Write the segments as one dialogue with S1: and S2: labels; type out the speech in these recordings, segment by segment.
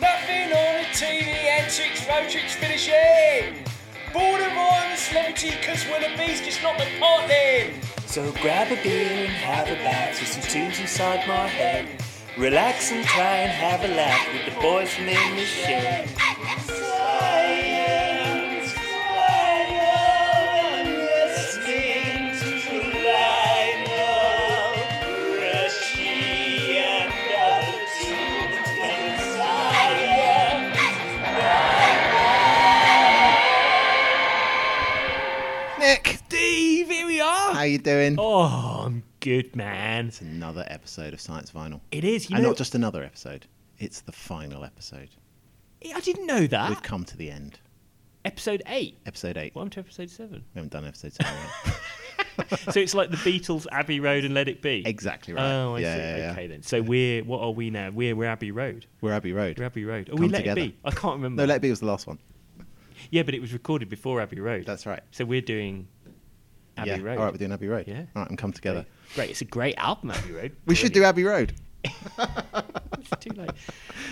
S1: Nothing on the TV, antics, road trips finishing. Borderline celebrity, cause we're the beast, just not the partner.
S2: So grab a beer and have a bath with some tunes inside my head. Relax and try and have a laugh with the boys from in the shed. Science, Lionel, and listening to Lionel, Rushdie, and other tunes in science.
S3: Nick,
S4: Steve, here we are.
S3: how you doing?
S4: Oh, I'm good, man.
S3: Another episode of Science Vinyl.
S4: It is. You
S3: and
S4: know,
S3: not just another episode, it's the final episode.
S4: I didn't know that.
S3: We've come to the end.
S4: Episode eight.
S3: Episode 8.
S4: Welcome to episode seven.
S3: We haven't done episode 7 yet.
S4: so it's like the Beatles, Abbey Road, and Let It Be.
S3: exactly right.
S4: Oh, I
S3: yeah,
S4: see.
S3: yeah, yeah.
S4: Okay then. So we're what are we now? We're we're Abbey Road.
S3: We're Abbey Road.
S4: We're Abbey Road. Are we
S3: Come
S4: Let It
S3: together.
S4: Be? I can't remember.
S3: No, Let It Be was the last one.
S4: yeah, but it was recorded before Abbey Road.
S3: That's right.
S4: So we're doing Abbey
S3: yeah.
S4: Road.
S3: All right, we're doing Abbey Road.
S4: Yeah.
S3: All right, and come together.
S4: Great. It's a great album, Abbey Road.
S3: We should do
S4: Brilliant.
S3: Abbey Road.
S4: It's too late.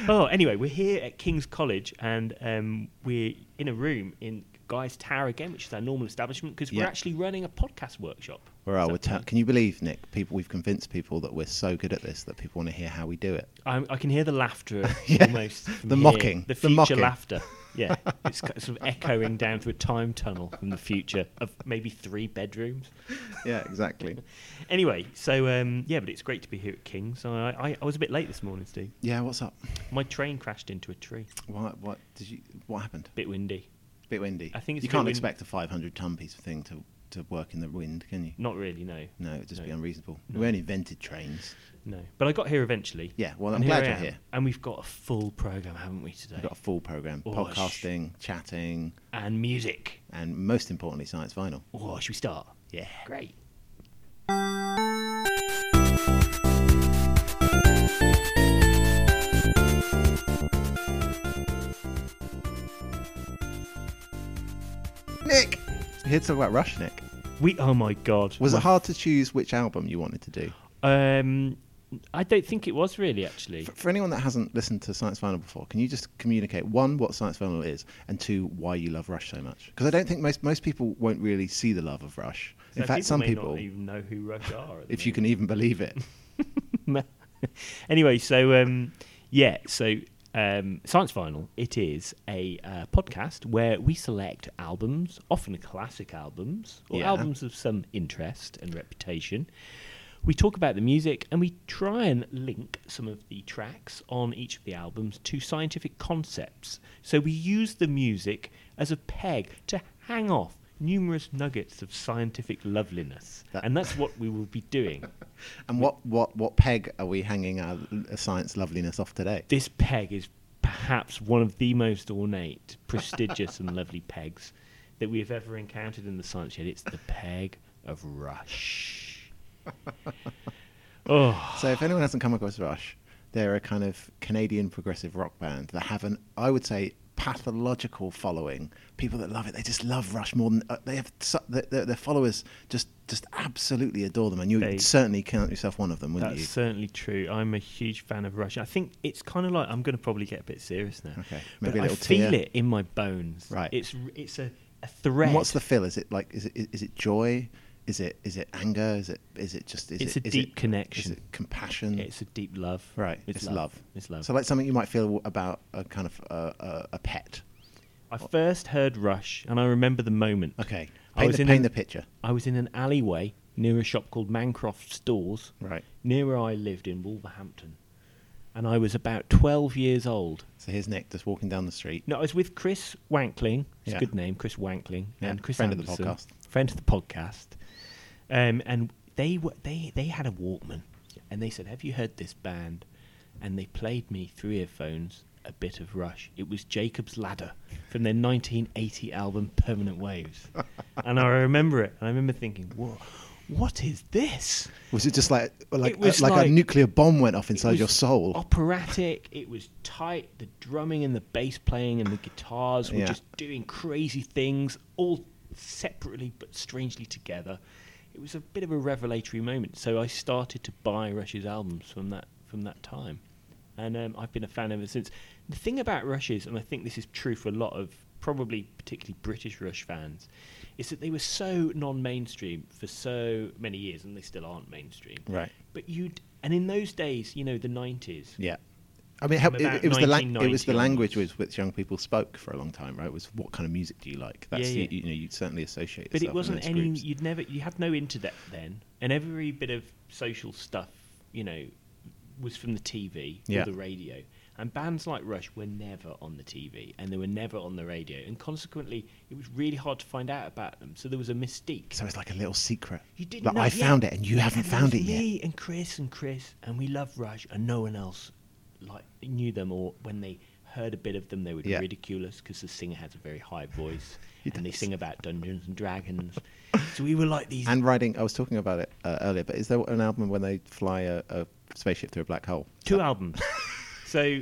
S4: Oh, anyway, we're here at King's College and um, we're in a room in Guy's Tower again, which is our normal establishment, because we're
S3: Yeah.
S4: actually running a podcast workshop.
S3: We're out.
S4: So
S3: We're ta- can you believe, Nick? People, we've convinced people that we're so good at this that people want to hear how we do it.
S4: I, I can hear the laughter
S3: Yeah.
S4: almost. from
S3: The
S4: here.
S3: mocking.
S4: The
S3: The
S4: future
S3: mocking.
S4: laughter. Yeah. It's ca- sort of echoing down through a time tunnel from the future of maybe three bedrooms.
S3: Yeah, exactly.
S4: Anyway, so um, yeah, but it's great to be here at King's. I, I, I was a bit late this morning, Steve.
S3: yeah, what's up?
S4: My train crashed into a tree.
S3: What? What did you? What happened?
S4: Bit windy.
S3: Bit windy.
S4: I think it's
S3: you
S4: a bit
S3: can't
S4: wind-
S3: expect a 500 ton piece of thing to, to work in the wind, can you?
S4: Not really, no.
S3: No, it'd just be
S4: No.
S3: unreasonable.
S4: No.
S3: We only invented trains.
S4: No, but I got here eventually.
S3: Yeah, well,
S4: And
S3: I'm glad
S4: I
S3: you're
S4: am.
S3: here.
S4: And we've got a full program, haven't we today?
S3: We've got a full program:
S4: Oh, sh-
S3: podcasting, chatting,
S4: And music.
S3: and most importantly, science vinyl.
S4: Oh, should we start?
S3: Yeah.
S4: Great.
S3: Nick, here to talk about Rush. Nick,
S4: We. Oh my God.
S3: was
S4: My-
S3: it hard to choose which album you wanted to do?
S4: Um, I don't think it was really actually.
S3: For, for anyone that hasn't listened to Science Vinyl before, can you just communicate one what Science Vinyl is, and two why you love Rush so much? Because I don't think most most people won't really see the love of Rush. In
S4: So
S3: fact, some
S4: may
S3: people,
S4: not even know who Rush are. at the
S3: if you can even believe it,
S4: moment. anyway, so um, yeah, so um, Science Vinyl. It is a uh, podcast where we select albums, often classic albums or
S3: Yeah.
S4: albums of some interest and reputation. We talk about the music and we try and link some of the tracks on each of the albums to scientific concepts. So we use the music as a peg to hang off numerous nuggets of scientific loveliness.
S3: That-
S4: and that's what we will be doing.
S3: and what what what peg are we hanging our uh, science loveliness off today?
S4: this peg is perhaps one of the most ornate, prestigious, and lovely pegs that we have ever encountered in the science shed. It's the peg of Rush. oh,
S3: So if anyone hasn't come across Rush, they're a kind of Canadian progressive rock band that have an, I would say, pathological following. People that love it, they just love Rush more than uh, they have. Su- their, their, their followers just just absolutely adore them, and you
S4: They-
S3: would certainly count yourself one of them, wouldn't
S4: that's
S3: you?
S4: certainly true. I'm a huge fan of Rush. I think it's kind of like I'm going to probably get a bit serious now.
S3: Okay,
S4: but
S3: maybe a
S4: I
S3: little
S4: feel
S3: tear.
S4: it in my bones.
S3: Right.
S4: it's r- it's a, a
S3: And
S4: thread.
S3: What's the feel? Is it like is it is it joy? Is it is it anger? Is it is it just? Is
S4: It's
S3: it-
S4: a
S3: is
S4: deep
S3: it-
S4: connection.
S3: Is it compassion?
S4: It's a deep love.
S3: right.
S4: It's, love. It's love.
S3: So like something you might feel about a kind of uh, uh, a pet.
S4: I first heard Rush, and I remember the moment.
S3: Okay.
S4: I
S3: Paint,
S4: was
S3: the,
S4: in
S3: paint
S4: an-
S3: the picture.
S4: I was in an alleyway near a shop called Mancroft Stores,
S3: Right.
S4: near where I lived in Wolverhampton. And I was about 12 years old.
S3: So here's Nick just walking down the street.
S4: No, I was with Chris Wankling. It's
S3: Yeah.
S4: a good name, Chris Wankling.
S3: Yeah,
S4: And Chris
S3: friend of the
S4: Anderson,
S3: podcast.
S4: Friend of the podcast. Um, and they, were, they, they had a Walkman. And they said, Have you heard this band? And they played me through earphones a bit of Rush. It was Jacob's Ladder from their 1980 album Permanent Waves. and I remember it. And I remember thinking, Whoa, what is this?
S3: Was it just like like
S4: It was
S3: like,
S4: like-
S3: a nuclear bomb went off
S4: It
S3: inside
S4: was
S3: your soul?
S4: Operatic. It was tight. The drumming and the bass playing and the guitars were
S3: Yeah.
S4: just doing crazy things, all separately but strangely together. It was a bit of a revelatory moment. So I started to buy Rush's albums from that from that time, and um, I've been a fan ever since. The thing about Rush is, and I think this is true for a lot of probably particularly British Rush fans, is that they were so non-mainstream for so many years, and they still aren't mainstream.
S3: Right.
S4: But you'd, and in those days, you know, the nineties.
S3: Yeah. I mean, it, helped-
S4: about
S3: it, it was the lang- it
S4: 1990
S3: was the
S4: onwards.
S3: language with which young people spoke for a long time, right? It was what kind of music do you like? That's
S4: Yeah, yeah.
S3: You, you know you certainly associate.
S4: But it
S3: yourself with
S4: wasn't
S3: those
S4: any.
S3: groups.
S4: You'd never. You had no internet then, and every bit of social stuff, you know, was from the TV
S3: Yeah.
S4: or the radio. And bands like Rush were never on the TV, and they were never on the radio, and consequently, it was really hard to find out about them. So there was a mystique.
S3: So it's like a little secret.
S4: you didn't.
S3: Like,
S4: know,
S3: I
S4: yeah.
S3: found it, and you haven't
S4: And
S3: found
S4: was
S3: it yet.
S4: Me and Chris and Chris, and we love Rush, and no one else like knew them, or when they heard a bit of them, they would
S3: Yeah.
S4: ridicule us because the singer has a very high voice,
S3: He
S4: and they
S3: does.
S4: sing about Dungeons and Dragons. so we were like these.
S3: And writing, I was talking about it uh, earlier, but is there an album when they fly a, a spaceship through a black hole?
S4: two albums. So,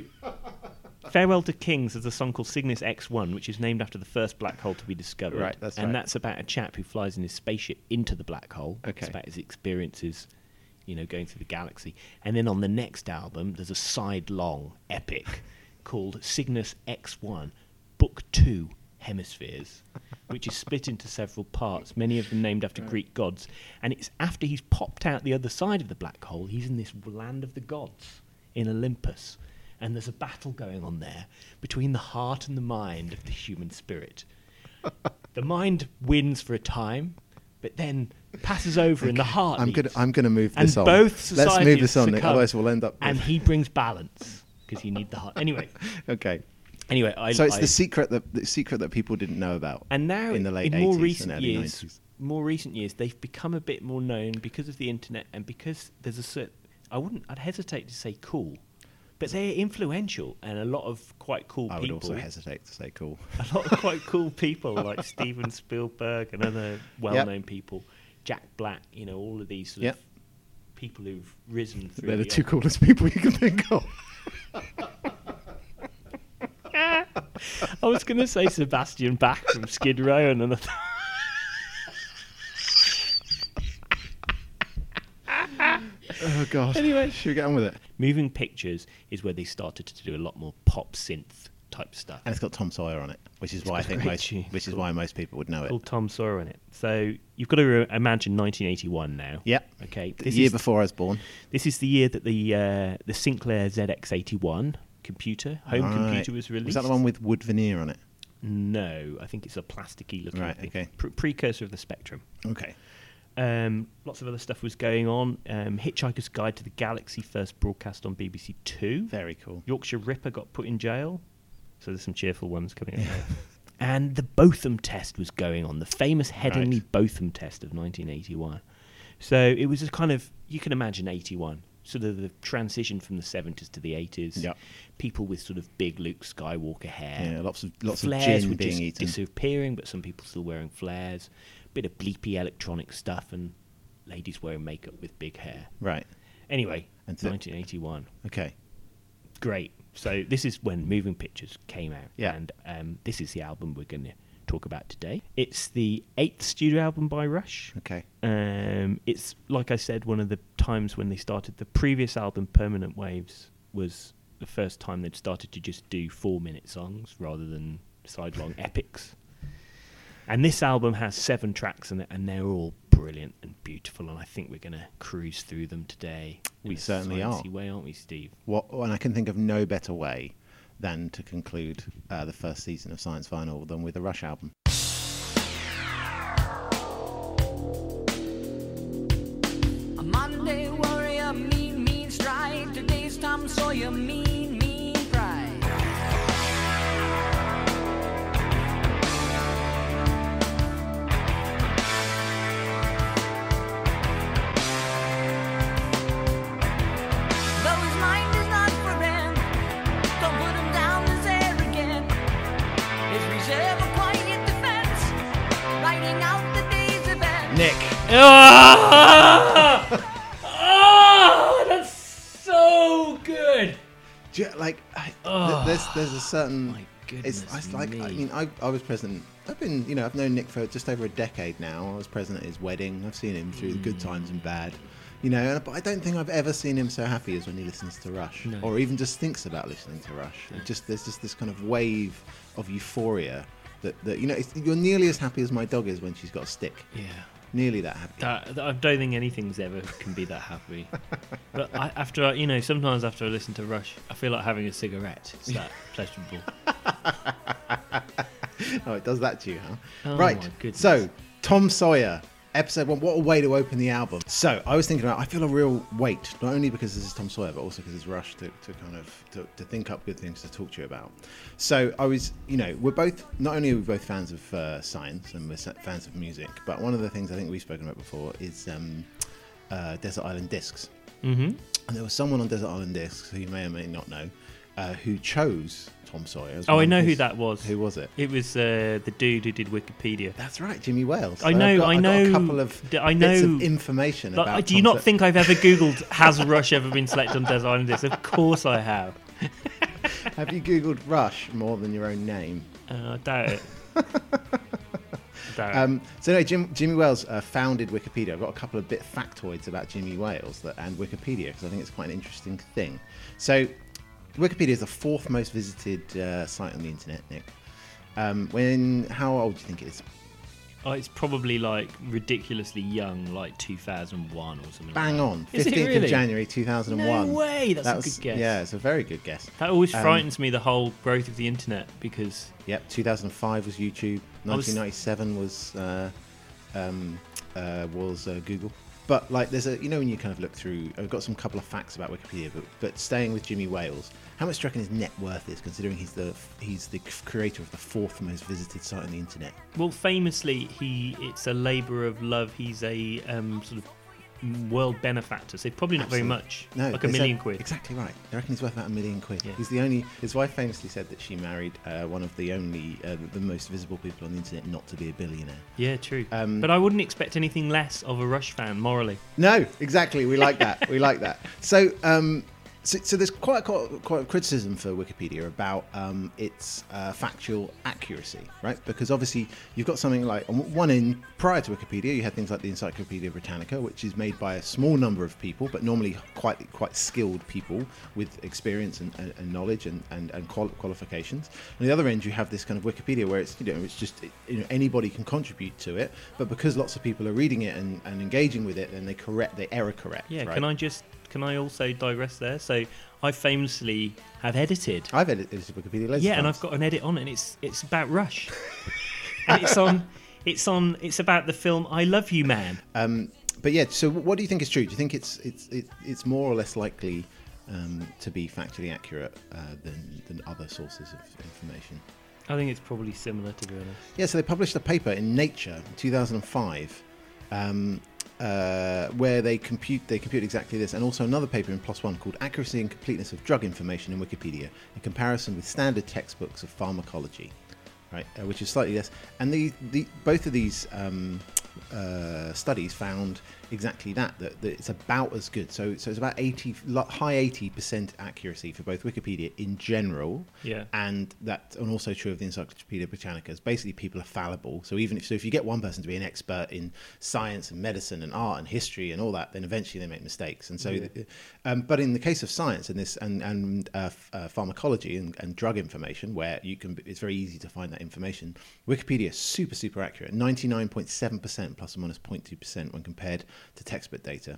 S4: Farewell to Kings is a song called Cygnus X1, which is named after the first black hole to be discovered.
S3: Right, that's
S4: and
S3: right.
S4: that's about a chap who flies in his spaceship into the black hole.
S3: Okay.
S4: It's about his experiences, you know, going through the galaxy. And then on the next album, there's a side long epic called Cygnus X1, Book 2 Hemispheres, which is split into several parts, many of them named after Greek gods. And it's after he's popped out the other side of the black hole, he's in this land of the gods in Olympus. And there's a battle going on there between the heart and the mind of the human spirit. the mind wins for a time, but then passes over in the heart.
S3: I'm gonna,
S4: leaves.
S3: I'm gonna move
S4: and
S3: this on.
S4: both societies
S3: Let's move this on,
S4: succumb,
S3: otherwise we'll end up.
S4: And
S3: with-
S4: he brings balance because you need the heart. Anyway,
S3: okay.
S4: anyway, I,
S3: So it's
S4: I-
S3: the secret that the secret that people didn't know about.
S4: and now
S3: in the late
S4: more
S3: 80s and
S4: recent
S3: early
S4: years,
S3: 90s.
S4: more recent years, they've become a bit more known because of the internet and because there's a certain. I wouldn't. I'd hesitate to say cool, but they're influential and a lot of quite cool
S3: I would
S4: people.
S3: also hesitate to say cool.
S4: a lot of quite cool people like Steven Spielberg and other well-known people, Jack Black, you know, all of these sort
S3: Yep.
S4: of people who've risen through.
S3: They're the
S4: the
S3: two coolest people you can think of.
S4: I was going to say Sebastian Bach from Skid Row and another.
S3: Oh god. Anyway, should we get on with it?
S4: Moving Pictures is where they started to do a lot more pop synth type stuff.
S3: And it's got Tom Sawyer on it, which is why I
S4: got a
S3: think
S4: great
S3: most,
S4: tune.
S3: which is why most people would know it.
S4: Called Tom Sawyer in it. So you've got to re- imagine 1981 now.
S3: Yep.
S4: Okay.
S3: The
S4: This
S3: year
S4: is,
S3: before I was born.
S4: this is the year that the uh, the Sinclair ZX81 computer, home
S3: Right.
S4: computer, was released.
S3: Was that the one with wood veneer on it?
S4: No, I think it's a plasticky looking
S3: Right,
S4: thing.
S3: okay.
S4: Pre- precursor of the Spectrum.
S3: Okay.
S4: Um, lots of other stuff was going on. Um, Hitchhiker's Guide to the Galaxy first broadcast on BBC Two.
S3: Very cool.
S4: Yorkshire Ripper got put in jail. So there's some cheerful ones coming up. there. and the Botham test was going on, the famous Headingley Botham test of 1981. So it was a kind of, you can imagine 81, sort of the transition from the 70s to the 80s.
S3: Yep.
S4: People with sort of big Luke Skywalker hair.
S3: Yeah, lots of lots
S4: Um, flares
S3: of
S4: were
S3: gin
S4: just
S3: being eaten.
S4: disappearing, but some people still wearing flares. Bit of bleepy electronic stuff and ladies wearing makeup with big hair.
S3: right.
S4: Anyway,
S3: And so-
S4: 1981
S3: Okay.
S4: great. So this is when Moving Pictures came out,
S3: Yeah.
S4: and um, this is the album we're going to talk about today. It's the eighth studio album by Rush.
S3: Okay.
S4: Um, it's like I said, one of the times when they started the previous album, Permanent Waves, was the first time they'd started to just do four-minute songs rather than sidelong epics. And this album has seven tracks in it, and they're all brilliant and beautiful. And I think we're going to cruise through them today.
S3: We
S4: in a
S3: certainly are.
S4: sciencey way, aren't we, Steve?
S3: What? And I can think of no better way than to conclude uh, the first season of Science Vinyl than with a Rush album.
S5: A Monday warrior, mean, mean strike. Today's Tom Sawyer, mean, mean pride. Though his mind is not for rent, don't put him down as arrogant. His reserve a quiet defense, writing out the day's events.
S3: Nick.
S4: Ah! Ah! That's so good.
S3: Do you, like, I, th-
S4: Oh,
S3: there's there's a certain.
S4: my
S3: it's,
S4: goodness
S3: it's like I
S4: me.
S3: mean I, I was present. I've been you know
S4: Hmm.
S3: I've known Nick for just over a decade now. I was present at his wedding. I've seen him through the good times and bad. You know, and- but I don't think I've ever seen him so happy as when he listens to Rush,
S4: No.
S3: or even just thinks about listening to Rush. It just there's just this kind of wave of euphoria that, that you know it's, you're nearly as happy as my dog is when she's got a stick.
S4: Yeah.
S3: Nearly that happy.
S4: That, that- I don't think anything's ever can be that happy. but I, after I- you know, sometimes after I listen to Rush, I feel like having a cigarette. It's that pleasurable.
S3: Oh, it does that to you, huh?
S4: Oh,
S3: right.
S4: my goodness.
S3: So, Tom Sawyer, episode one. What a way to open the album. So, I was thinking about. I feel a real weight, not only because this is Tom Sawyer, but also because it's Rush to, to kind of to, to think up good things to talk to you about. So, I was, you know, we're both not only are we both fans of uh, science and we're sa- fans of music, but one of the things I think we've spoken about before is um, uh, Desert Island Discs.
S4: Mm-hmm.
S3: And there was someone on Desert Island Discs who you may or may not know. Uh, who chose Tom Sawyer? as
S4: Oh, I
S3: one of
S4: know who
S3: his-
S4: that was.
S3: Who was it?
S4: It was uh, the dude who did Wikipedia.
S3: That's right, Jimmy Wales.
S4: I
S3: And I've
S4: know-
S3: got-
S4: I
S3: I've got
S4: know-
S3: a couple of
S4: d- I
S3: bits
S4: know-
S3: of information
S4: Like,
S3: about.
S4: do you
S3: Tom
S4: not
S3: Sa-
S4: think I've ever Googled has Rush ever been selected on Desert Island Discs? Of course I have.
S3: Have you googled Rush more than your own name?
S4: Uh, I doubt it. I doubt it.
S3: Um, so no, Jim, Jimmy Wales uh, founded Wikipedia. I've got a couple of bit factoids about Jimmy Wales that, and Wikipedia because I think it's quite an interesting thing. So Wikipedia is the fourth most visited uh, site on the internet. Nick, um, when how old do you think it is?
S4: oh, it's probably like ridiculously young, like 2001 or something. like
S3: Bang on,
S4: Is it
S3: fifteenth
S4: really?
S3: of January two thousand and one.
S4: No way, that's a
S3: was-
S4: good guess.
S3: Yeah, it's a very good guess.
S4: that. That always
S3: Um,
S4: frightens me, the whole growth of the internet, because
S3: Yep, 2005 was YouTube.
S4: I was-
S3: 1997 was uh, um, uh, was uh, Google. But like, there's a you know when you kind of look through, I've got some couple of facts about Wikipedia. But, but staying with Jimmy Wales, how much do you reckon his net worth is? Considering he's the he's the creator of the fourth most visited site on the internet.
S4: Well, famously, he it's a labour of love. He's a um, sort of world benefactor, so probably not very
S3: Absolute-
S4: much.
S3: No,
S4: like a
S3: they said-
S4: million quid.
S3: Exactly right. I reckon he's worth about a million quid.
S4: Yeah.
S3: He's the only. His wife famously said that she married uh, one of the only, uh, the most visible people on the internet not to be a billionaire.
S4: Yeah, true.
S3: Um,
S4: but I wouldn't expect anything less of a Rush fan morally.
S3: No, exactly. We like that. we like that. So, um, so, so there's quite quite, quite a criticism for Wikipedia about um, its uh, factual accuracy, right? Because obviously you've got something like on one end prior to Wikipedia, you had things like the Encyclopedia Britannica, which is made by a small number of people, but normally quite quite skilled people with experience and, and, and knowledge and and, and qual- qualifications. On the other end, you have this kind of Wikipedia where it's you know it's just you know anybody can contribute to it, but because lots of people are reading it and, and engaging with it, then they correct they error correct.
S4: Yeah.
S3: right?
S4: Can I just can I also digress there? So I famously have edited.
S3: I've edited this Wikipedia later.
S4: yeah, and I've got an edit on it, and it's it's about Rush, and it's on it's on it's about the film I Love You Man.
S3: Um, but yeah, so what do you think is true? Do you think it's it's it's, it's more or less likely um, to be factually accurate uh, than than other sources of information?
S4: I think it's probably similar, to be honest.
S3: Yeah, so they published a paper in Nature in 2005 um, uh, where they compute they compute exactly this, and also another paper in Plus One called "Accuracy and Completeness of Drug Information in Wikipedia in Comparison with Standard Textbooks of Pharmacology," right, uh, which is slightly less. And the, the both of these um, uh, studies found exactly that, that that it's about as good. So so it's about 80 lo- high 80 percent accuracy for both Wikipedia in general
S4: Yeah.
S3: and that and also true of the Encyclopedia Britannica is basically people are fallible. So even if so, if you get one person to be an expert in science and medicine and art and history and all that, then eventually they make mistakes. And so, um, but in the case of science and this and and uh, f- uh, pharmacology and, and drug information, where you can, it's very easy to find that information. Wikipedia is super super accurate, ninety nine point seven percent plus or minus 0.2 percent when compared to textbook data.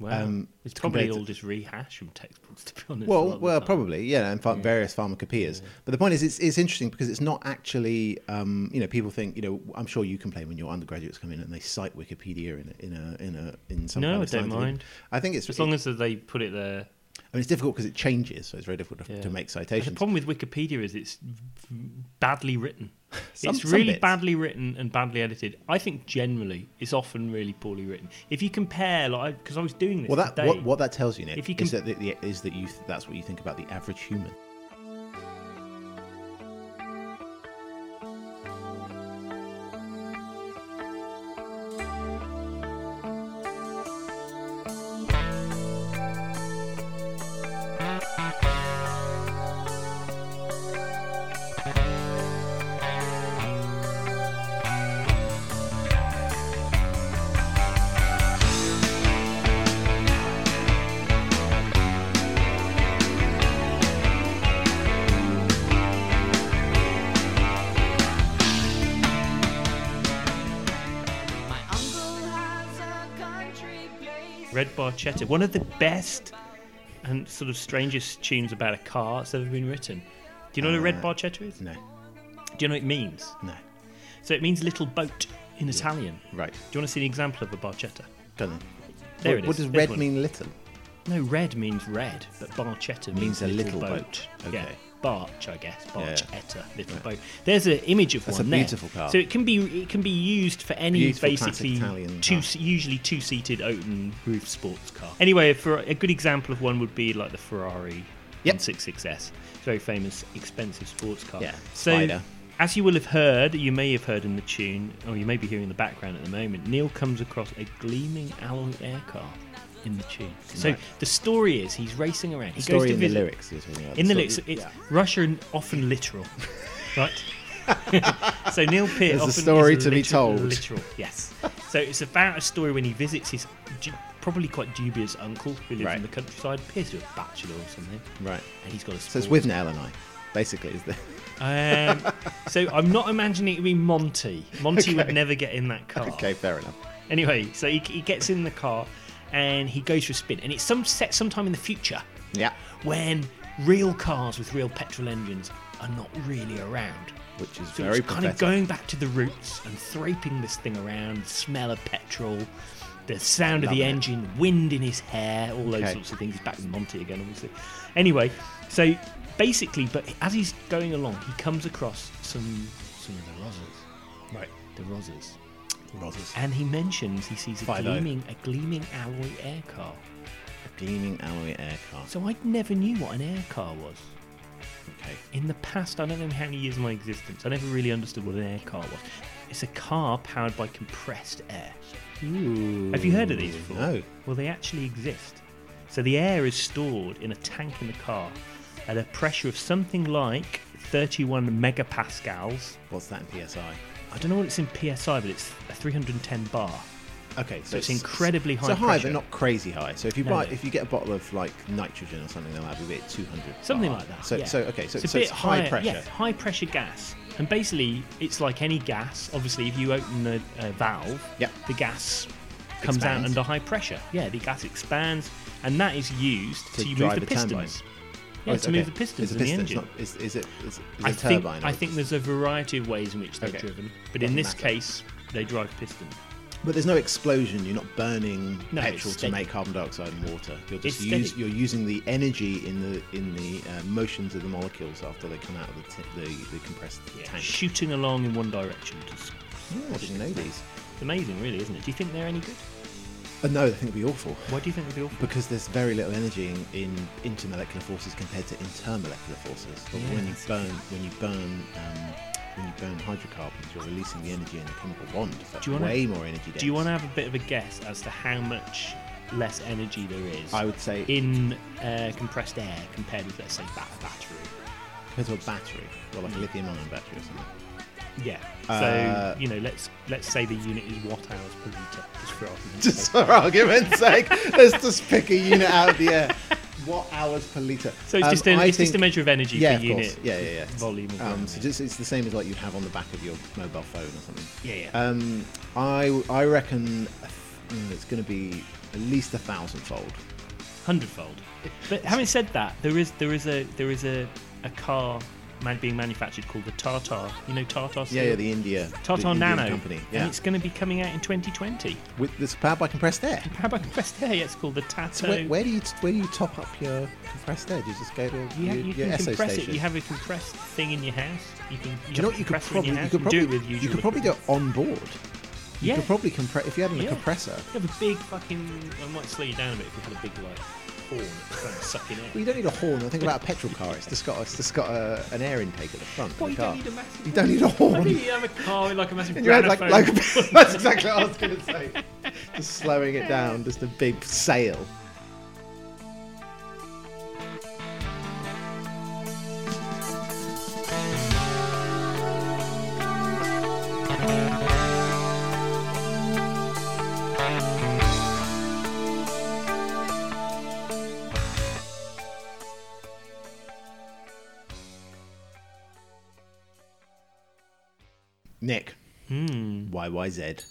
S4: Wow.
S3: Um,
S4: it's probably
S3: compared to-
S4: all just rehash from textbooks, to be honest. a lot
S3: Well,
S4: of the
S3: well,
S4: time.
S3: probably, yeah, and ph- various pharmacopoeias. But the point is, it's, it's interesting because it's not actually, um, you know, people think, you know, I'm sure you complain when your undergraduates come in and they cite Wikipedia in a, in a in a in some.
S4: No,
S3: kind
S4: I
S3: of
S4: don't
S3: scientific-
S4: mind.
S3: I think it's
S4: As long as they put it there.
S3: I mean, it's difficult because it changes, so it's very difficult to,
S4: Yeah.
S3: to make
S4: The
S3: citations.
S4: problem with Wikipedia is it's badly written.
S3: Some-
S4: it's
S3: some
S4: really
S3: bits.
S4: badly written and badly edited. I think generally it's often really poorly written. If you compare, like, because I was doing this
S3: well, that
S4: today.
S3: what, what that tells you, Nick,
S4: If you
S3: is
S4: can-
S3: that the, the, is that you th- that's what you think about the average human.
S4: Fred Barchetta, one of the best and sort of strangest tunes about a car that's ever been written. Do you know what a
S3: Uh,
S4: red barchetta is?
S3: No,
S4: Do you know what it means?
S3: no.
S4: So it means little boat in Italian.
S3: Right.
S4: Do you want to see an example of a barchetta?
S3: Go on then.
S4: There
S3: what,
S4: it is.
S3: what does
S4: There's
S3: red
S4: one.
S3: mean little?
S4: No, red means red, but barchetta means,
S3: Means a
S4: little,
S3: little
S4: boat.
S3: boat.
S4: Yeah,
S3: Okay.
S4: barch, I guess.
S3: Yeah.
S4: Barchetta, little boat. There's an image of
S3: That's
S4: one
S3: a
S4: there.
S3: beautiful car.
S4: So it can be it can be used for any
S3: Beautiful classic
S4: basically
S3: Italian
S4: two
S3: car.
S4: usually two seated open roof sports car. Anyway, for a good example of one would be like the Ferrari
S3: Yep.
S4: 166S, very famous expensive sports car.
S3: Yeah,
S4: So.
S3: Spider.
S4: As you will have heard, you may have heard in the tune, or you may be hearing in the background at the moment, Neil comes across a gleaming alloy aircar in the tune. So
S3: Right.
S4: the story is he's racing around. He goes
S3: Story
S4: to
S3: in the
S4: visit-
S3: lyrics. Is what
S4: In the lyrics, it's Russian often literal, right? so Neil Peart
S3: There's a
S4: often
S3: story
S4: is
S3: to be
S4: literal-
S3: told.
S4: Literal, yes. So it's about a story when he visits his du- probably quite dubious uncle who lives in
S3: Right.
S4: the countryside, appears to be a bachelor or something,
S3: Right.
S4: and he's got a.
S3: So it's
S4: sports
S3: with Nell and I, basically. Is the,
S4: um, so I'm not imagining it would be Monty. Monty would never get in that car.
S3: okay, fair enough.
S4: Anyway, so he, he gets in the car and he goes for a spin, and it's some set sometime in the future
S3: Yeah.
S4: when real cars with real petrol engines are not really around.
S3: Which is
S4: So
S3: very
S4: it's kind of
S3: prophetic.
S4: going back to the roots and thraping this thing around, the smell of petrol, the sound of the
S3: Loving it.
S4: engine, wind in his hair, all those
S3: Okay.
S4: sorts of things. He's back with Monty again, obviously. Anyway, so basically, but as he's going along, he comes across some some of the Rosas, right? The Rosas,
S3: Rosas.
S4: and he mentions he sees a
S3: Philo.
S4: gleaming a gleaming alloy air car.
S3: A gleaming alloy aircar.
S4: So I never knew what an air car was.
S3: Okay.
S4: In the past, I don't know how many years of my existence, I never really understood what an air car was. It's a car powered by compressed air. Have you heard of these before?
S3: No.
S4: Well, they actually exist. So the air is stored in a tank in the car at a pressure of something like 31 megapascals.
S3: What's that in PSI?
S4: I don't know what it's in PSI, but it's a 310 bar.
S3: Okay, so,
S4: it's incredibly high
S3: So high,
S4: pressure.
S3: but not crazy high. So if you
S4: No,
S3: buy,
S4: no.
S3: if you get a bottle of like nitrogen or something, they'll have a bit 200.
S4: Something
S3: bar.
S4: like that.
S3: Ah, So,
S4: yeah.
S3: so okay, so, so
S4: a bit
S3: it's high
S4: higher-
S3: pressure.
S4: Yeah, high pressure gas. And basically, it's like any gas. Obviously, if you open a, a valve,
S3: Yep.
S4: the gas comes out
S3: Expands.
S4: under high pressure. Yeah, the gas expands, and that is used to,
S3: To
S4: move
S3: drive
S4: the
S3: a turbine.
S4: pistons.
S3: Oh,
S4: Yeah,
S3: it's-
S4: to move
S3: okay.
S4: the pistons
S3: It's a
S4: in the
S3: piston, it's
S4: engine.
S3: not- is, is it? Is, is
S4: I
S3: it a
S4: think,
S3: turbine?
S4: I think there's a variety of ways in which they
S3: Okay.
S4: are driven, but
S3: Doesn't
S4: in this
S3: matter.
S4: case, they drive pistons.
S3: But there's no explosion. You're not burning
S4: No, it's
S3: petrol to
S4: steady.
S3: make carbon dioxide and water. You're just
S4: It's steady.
S3: use, you're using the energy in the in the uh, motions of the molecules after they come out of the t- the, the compressed tank.
S4: Shooting along in one direction. Just
S3: Yeah, I didn't know these.
S4: it's amazing, really, isn't it? Do you think they're any good?
S3: Uh, no, I think it'd be awful
S4: Why do you think they'd be awful?
S3: because there's very little energy in, in intermolecular forces compared to intermolecular forces. But when you burn when you burn um, when you burn hydrocarbons, you're releasing the energy in a chemical bond. That's
S4: Do you wanna-
S3: way more energy.
S4: Do you want
S3: dense.
S4: to have a bit of a guess as to how much less energy there is?
S3: I would say-
S4: in uh, compressed air compared with, let's say, ba- a battery.
S3: compared to a battery, well,
S4: Mm.
S3: like a lithium-ion battery or something?
S4: Yeah. So
S3: Uh,
S4: you know, let's let's say the unit is watt hours per liter. Just for argument's
S3: just
S4: sake.
S3: for argument's sake, let's just pick a unit out of the air. What hours per liter?
S4: So it's just a-
S3: I
S4: it's just a measure of energy
S3: yeah,
S4: per
S3: of course.
S4: unit
S3: Yeah, yeah, yeah.
S4: volume of
S3: Um,
S4: ground,
S3: so
S4: yeah.
S3: just, it's the same as like you'd have on the back of your mobile phone or something.
S4: Yeah, yeah.
S3: Um, I I reckon a th- mm, it's going to be at least a thousandfold.
S4: hundredfold. But having said that, there is there is a there is a a car man- being manufactured called the Tata. You know Tata.
S3: Yeah,
S4: Steel?
S3: yeah. The India the
S4: Tata
S3: Indian
S4: Nano
S3: company.
S4: and
S3: Yeah,
S4: it's going to be coming out in 2020.
S3: with this powered by compressed air.
S4: How about compressed air? Yeah, it's called the Tata.
S3: So where, where do you where do you top up your compressed air? Do you just go to
S4: You,
S3: your,
S4: ha- you
S3: your
S4: can
S3: SO
S4: compress
S3: station?
S4: it. You have a compressed thing in your house. You can.
S3: do you know what you could probably you could
S4: do
S3: probably
S4: it with
S3: you could probably do it on board.
S4: Yeah.
S3: You could probably compress if you had a
S4: Yeah.
S3: compressor.
S4: You have a big fucking. I might slow you down a bit if you had a big like horn that's trying to suck in
S3: Well,
S4: air.
S3: you don't need a horn. I think about a petrol car. It's just got it's just got a, an air intake at the front.
S4: What,
S3: of
S4: you
S3: the
S4: don't need
S3: car.
S4: a massive.
S3: you don't need a
S4: I think
S3: horn.
S4: you have a car with like a massive.
S3: And you had like,
S4: granophone.
S3: like that's exactly what I was going to say. Just slowing it down. Just a big sail. Nick. YYZ.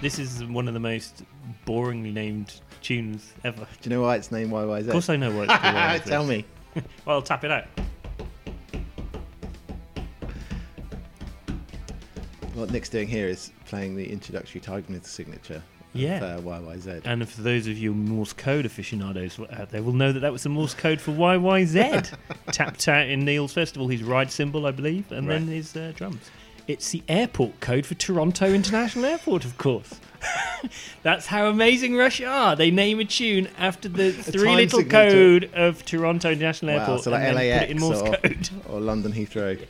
S4: This is one of the most boringly named tunes ever. Of
S3: Do you know why it's named YYZ?
S4: course, I know what. it's called,
S3: Tell me.
S4: Well, I'll tap it out.
S3: What Nick's doing here is playing the introductory Tiger Myth signature.
S4: Yeah.
S3: Of, uh, YYZ.
S4: And for those of you Morse code aficionados out there, will know that that was the Morse code for YYZ. tapped out in Neil's festival, his ride cymbal, I believe, and then
S3: Right.
S4: his uh, drums. It's the airport code for Toronto International Airport, of course. That's how amazing Rush are. They name a tune after the three
S3: time
S4: little
S3: signature.
S4: code of Toronto International
S3: wow,
S4: Airport,
S3: so like
S4: and then put it
S3: LAX
S4: in Morse
S3: or,
S4: code.
S3: or London Heathrow.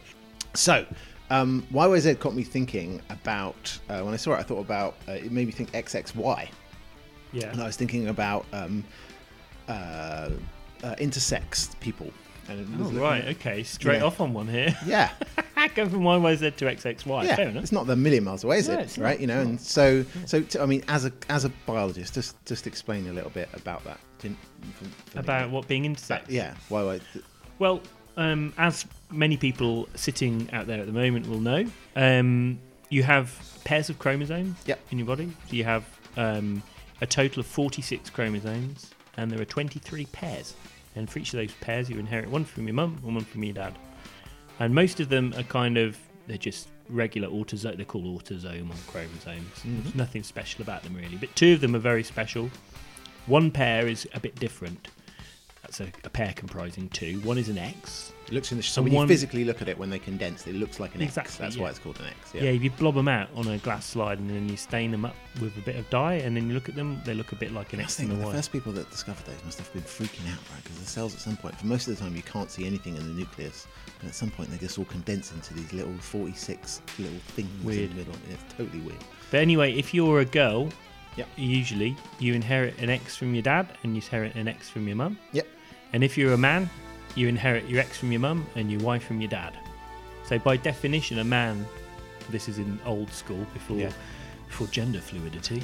S3: So, um, YYZ caught me thinking about, uh, when I saw it, I thought about, uh, it made me think XXY.
S4: Yeah.
S3: And I was thinking about um, uh, uh, intersex people. And it was
S4: Oh,
S3: looking-
S4: right, okay. Straight
S3: know.
S4: off on one here.
S3: Yeah.
S4: Go from YYZ to XXY.
S3: yeah,
S4: Fair enough.
S3: it's not a million miles away, is
S4: No,
S3: it?
S4: it's
S3: Right,
S4: not.
S3: you know, and so, so t- I mean, as a as a biologist, just just explain a little bit about that. Didn't- for- for me.
S4: About what being intersex.
S3: yeah, why? why th-
S4: Well, um, as many people sitting out there at the moment will know, um, you have pairs of chromosomes
S3: Yep.
S4: in your body. So you have um, a total of 46 chromosomes, and there are 23 pairs. And for each of those pairs, you inherit one from your mum and one from your dad. And most of them are kind of, they're just regular autosome, they're called autosomal chromosomes. There's nothing special about them really, but two of them are very special. One pair is a bit different. That's a, a pair comprising two. One is an X.
S3: It looks in the sh- so
S4: And
S3: when you
S4: one-
S3: physically look at it when they condense, it looks like an X.
S4: Exactly,
S3: That's
S4: yeah.
S3: why it's called an X.
S4: Yeah. if you blob them out on a glass slide and then you stain them up with a bit of dye and then you look at them, they look a bit like an
S3: That's
S4: X
S3: the
S4: and
S3: thing.
S4: a
S3: The
S4: Y.
S3: first people that discovered those must have been freaking out, right? Because the cells at some point, for most of the time, you can't see anything in the nucleus, and at some point they just all condense into these little forty-six little things in
S4: Weird.
S3: the middle. It's totally weird.
S4: But anyway, if you're a girl,
S3: Yep.
S4: usually you inherit an X from your dad and you inherit an X from your mum.
S3: Yep.
S4: And if you're a man, you inherit your X from your mum and your Y from your dad. So by definition, a man, this is in old school before
S3: Yeah.
S4: before gender fluidity.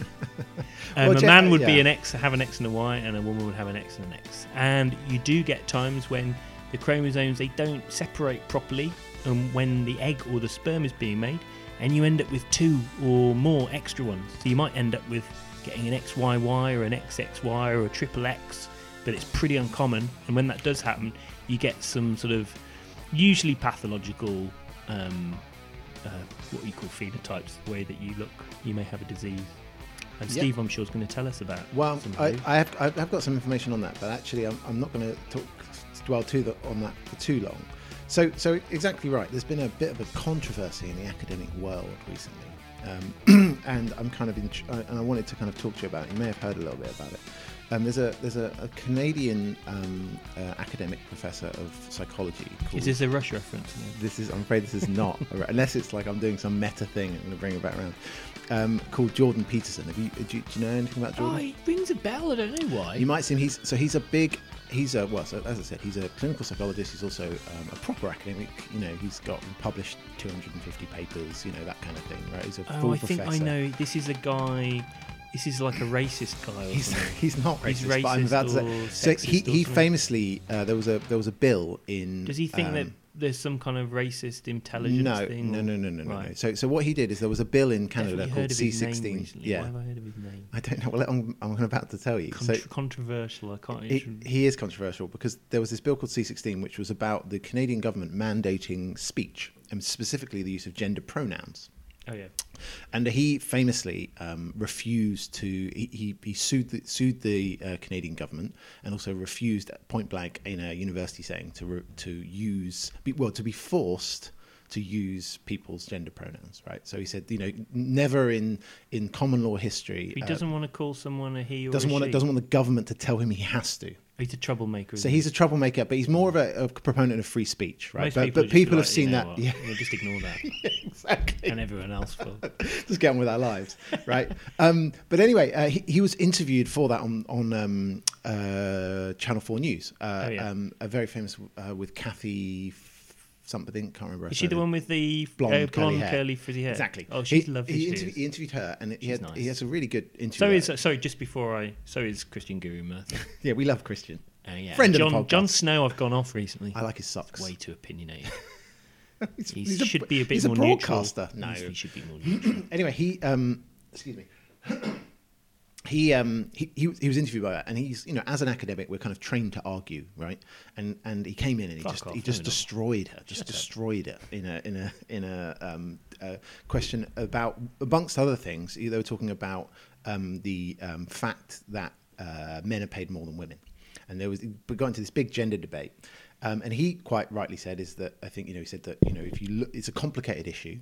S4: um,
S3: Well,
S4: a
S3: gen-
S4: man would be
S3: yeah.
S4: an X, have an X and a Y, and a woman would have an X and an X. And you do get times when the chromosomes they don't separate properly, and when the egg or the sperm is being made, and you end up with two or more extra ones. So you might end up with getting an XYY or an XXY or a triple X, but it's pretty uncommon. And when that does happen, you get some sort of usually pathological. Um, uh, what you call phenotypes, the way that you look, you may have a disease. And
S3: Yeah.
S4: Steve, I'm sure, is going to tell us about.
S3: Well,
S4: some of
S3: I,
S4: those.
S3: I, have, I have got some information on that, but actually, I'm, I'm not going to talk dwell too th- on that for too long. So, so exactly right. There's been a bit of a controversy in the academic world recently, um, and I'm kind of in, and I wanted to kind of talk to you about. It. You may have heard a little bit about it. Um, there's a there's a, a Canadian um, uh, academic professor of psychology. Called
S4: is this a Rush reference?
S3: this is I'm afraid this is not a re- unless it's like I'm doing some meta thing. I'm going to bring it back around. Um, called Jordan Peterson. Have you, do you do you know anything about Jordan?
S4: Oh, it rings a bell. I don't know why.
S3: You might see him. He's so he's a big. He's a well. So as I said, he's a clinical psychologist. He's also um, a proper academic. You know, he's got published 250 papers. You know that kind of thing, right? He's a full
S4: oh, I think I
S3: professor.
S4: know. This is a guy. This is like a racist guy. Or
S3: He's,
S4: something.
S3: he's not racist,
S4: He's
S3: but I'm about to
S4: racist
S3: say.
S4: or
S3: So he,
S4: sexist or something.
S3: he famously uh, there was a there was a bill in.
S4: Does he think that
S3: um,
S4: there's some kind of racist intelligence
S3: no,
S4: thing?
S3: No,
S4: or-
S3: no, no, no, no, no.
S4: Right.
S3: So so what he did is there was a bill in Canada
S4: Definitely
S3: called
S4: heard of his name
S3: C16.
S4: recently. Why
S3: Yeah,
S4: have I heard of his name?
S3: I don't know. Well, I'm I'm about to tell you. So-
S4: Contr controversial. I can't.
S3: It,
S4: even-
S3: he is controversial because there was this bill called C16, which was about the Canadian government mandating speech and specifically the use of gender pronouns.
S4: oh yeah.
S3: And he famously um, refused to. He, he, he sued the, sued the uh, Canadian government and also refused point blank in a university saying to re, to use be, well to be forced to use people's gender pronouns. Right. So he said, you know, never in in common law history
S4: He
S3: uh,
S4: doesn't want to call someone a he or
S3: doesn't
S4: a
S3: want
S4: she.
S3: doesn't want the government to tell him he has to.
S4: He's a troublemaker.
S3: So
S4: isn't he?
S3: he's a troublemaker, but he's more of a, a proponent of free speech, right?
S4: Most
S3: but
S4: people
S3: but
S4: are just
S3: people
S4: like,
S3: have seen
S4: "You know
S3: that.
S4: what?
S3: Yeah,
S4: We'll just ignore that,
S3: exactly.
S4: and everyone else will.
S3: just get on with our lives, right? um, but anyway, uh, he, he was interviewed for that on on um, uh, Channel Four News. Uh,
S4: Oh, yeah.
S3: um, a very famous uh, with Kathy f- something. Can't remember. her
S4: Is she the
S3: surname.
S4: one with the f-
S3: Blonde,
S4: uh, blonde
S3: curly, hair.
S4: frizzy hair?
S3: Exactly.
S4: Oh, she's
S3: he,
S4: lovely.
S3: He,
S4: she
S3: interview-
S4: is.
S3: he interviewed her, and he
S4: She's
S3: had,
S4: nice.
S3: he has a really good interview.
S4: So is uh, sorry, just before I so is Christian Guru Murtha.
S3: yeah, we love Christian.
S4: Uh, yeah.
S3: Friend of the
S4: John,
S3: podcast.
S4: John Snow, I've gone off recently.
S3: I like his socks.
S4: Way too opinionated.
S3: He's-
S4: He
S3: he's a-
S4: should be a bit
S3: he's
S4: more
S3: a broadcaster.
S4: neutral.
S3: No,
S4: he should be more neutral.
S3: anyway, he um, excuse me. he um he, he was- he was interviewed by that and he's you know as an academic we're kind of trained to argue right and and he came in and he
S1: Fuck
S3: just
S1: off,
S3: he just
S1: no, no.
S3: destroyed her just destroyed her in a in a in a um a question about amongst other things they were talking about um the um fact that uh, men are paid more than women and there was we got into this big gender debate um, and he quite rightly said is that I think you know he said that you know if you look it's a complicated issue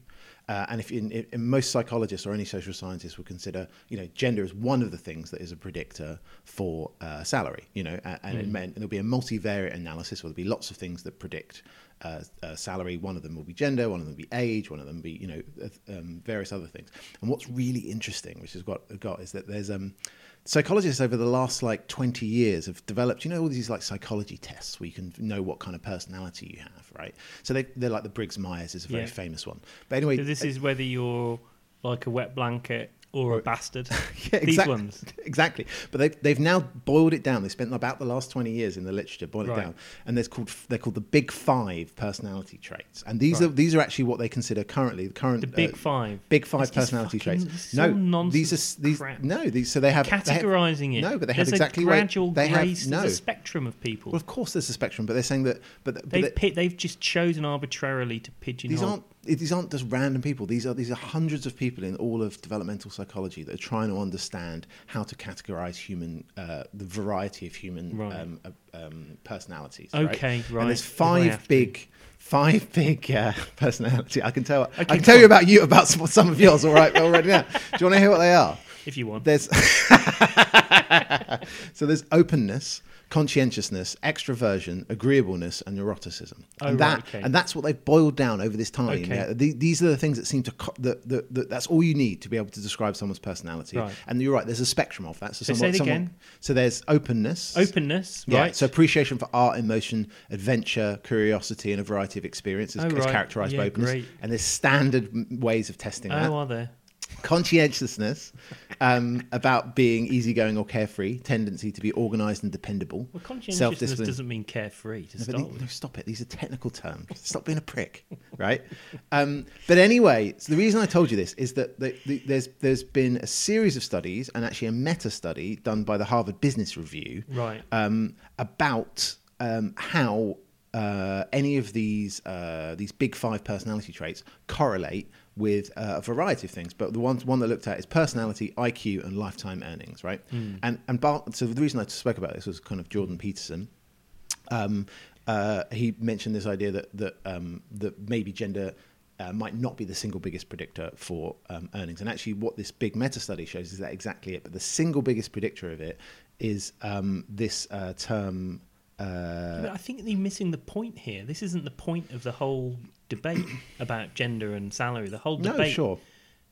S3: uh, and if in, in, in most psychologists or any social scientists would consider you know gender is one of the things that is a predictor for uh, salary you know a-
S4: Mm.
S3: and, it meant- and there'll be a multivariate analysis where there'll be lots of things that predict uh, uh, salary one of them will be gender one of them will be age one of them will be you know uh, um, various other things and what's really interesting which is what got is that there's um psychologists over the last like 20 years have developed you know all these like psychology tests where you can know what kind of personality you have right so they, they're like the briggs-myers is a very
S4: Yeah.
S3: famous one but anyway
S4: So this is whether you're like a wet blanket or a bastard.
S3: Yeah, exact-
S4: These ones.
S3: exactly. But they've they've now boiled it down. They spent about the last twenty years in the literature boiling it
S4: Right.
S3: down, and there's called they're called the Big Five personality traits. And these are these are actually what they consider currently the current uh,
S4: The Big Five.
S3: Big Five
S4: It's just
S3: personality
S4: fucking-
S3: traits.
S4: it's
S3: No,
S4: some nonsense
S3: these are s- these
S4: crap.
S3: no these. So they have they have-
S4: Categorising it.
S3: No, but they have
S4: There's
S3: exactly
S4: a
S3: where-
S4: gradual
S3: they have-
S4: grace.
S3: no.
S4: There's a spectrum of people.
S3: Well, of course, there's a spectrum, but they're saying that. But, but
S4: they've
S3: they-
S4: pi- they've just chosen arbitrarily to pigeonhole.
S3: these aren't these aren't just random people. These are these are hundreds of people in all of developmental psychology that are trying to understand how to categorize human uh, the variety of human
S4: Right.
S3: um, uh, um, personalities.
S4: Okay,
S3: And
S4: right,
S3: there's
S4: if I have
S3: five
S4: to.
S3: big. Five big uh, personality. I can tell. I
S4: Okay,
S3: can tell
S4: cool.
S3: you about you about some, some of yours. All right, already now. Do you want to hear what they are?
S4: If you want.
S3: There's so there's openness, conscientiousness, extroversion, agreeableness, and neuroticism.
S4: Oh,
S3: and
S4: right,
S3: that
S4: okay.
S3: and that's what they've boiled down over this time.
S4: Okay.
S3: Yeah, the- these are the things that seem to co- that, that, that that's all you need to be able to describe someone's personality.
S4: Right.
S3: And you're right. There's a spectrum of that. So,
S4: So
S3: someone,
S4: say it
S3: someone-
S4: again.
S3: So there's openness.
S4: Openness,
S3: Yeah,
S4: right?
S3: so appreciation for art, emotion, adventure, curiosity, and a variety of experiences
S4: Oh,
S3: is
S4: right.
S3: characterized by
S4: Yeah,
S3: openness.
S4: great.
S3: And there's standard m- ways of testing that
S4: oh, are there?
S3: conscientiousness um, about being easygoing or carefree, tendency to be organised and dependable,
S4: Well, conscientiousness
S3: self-discipline.
S4: doesn't mean carefree to
S3: No, but
S4: start
S3: the-
S4: with.
S3: no, stop it. These are technical terms. Stop being a prick, right? Um, but anyway, so the reason I told you this is that the, the, there's there's been a series of studies and actually a meta study done by the Harvard Business Review,
S4: Right.
S3: um, about um, how uh, any of these uh, these big five personality traits correlate with uh, a variety of things. But the one one that I looked at is personality, IQ, and lifetime earnings. Right, and and Bar- so the reason I spoke about this was kind of Jordan Peterson um, uh, he mentioned this idea that that um, that maybe gender uh, might not be the single biggest predictor for um, earnings. And actually, what this big meta study shows is that exactly it. But the single biggest predictor of it is um, this uh, term. Uh,
S4: But I think they're missing the point here. This isn't the point of the whole debate about gender and salary. The whole
S3: no,
S4: debate.
S3: sure.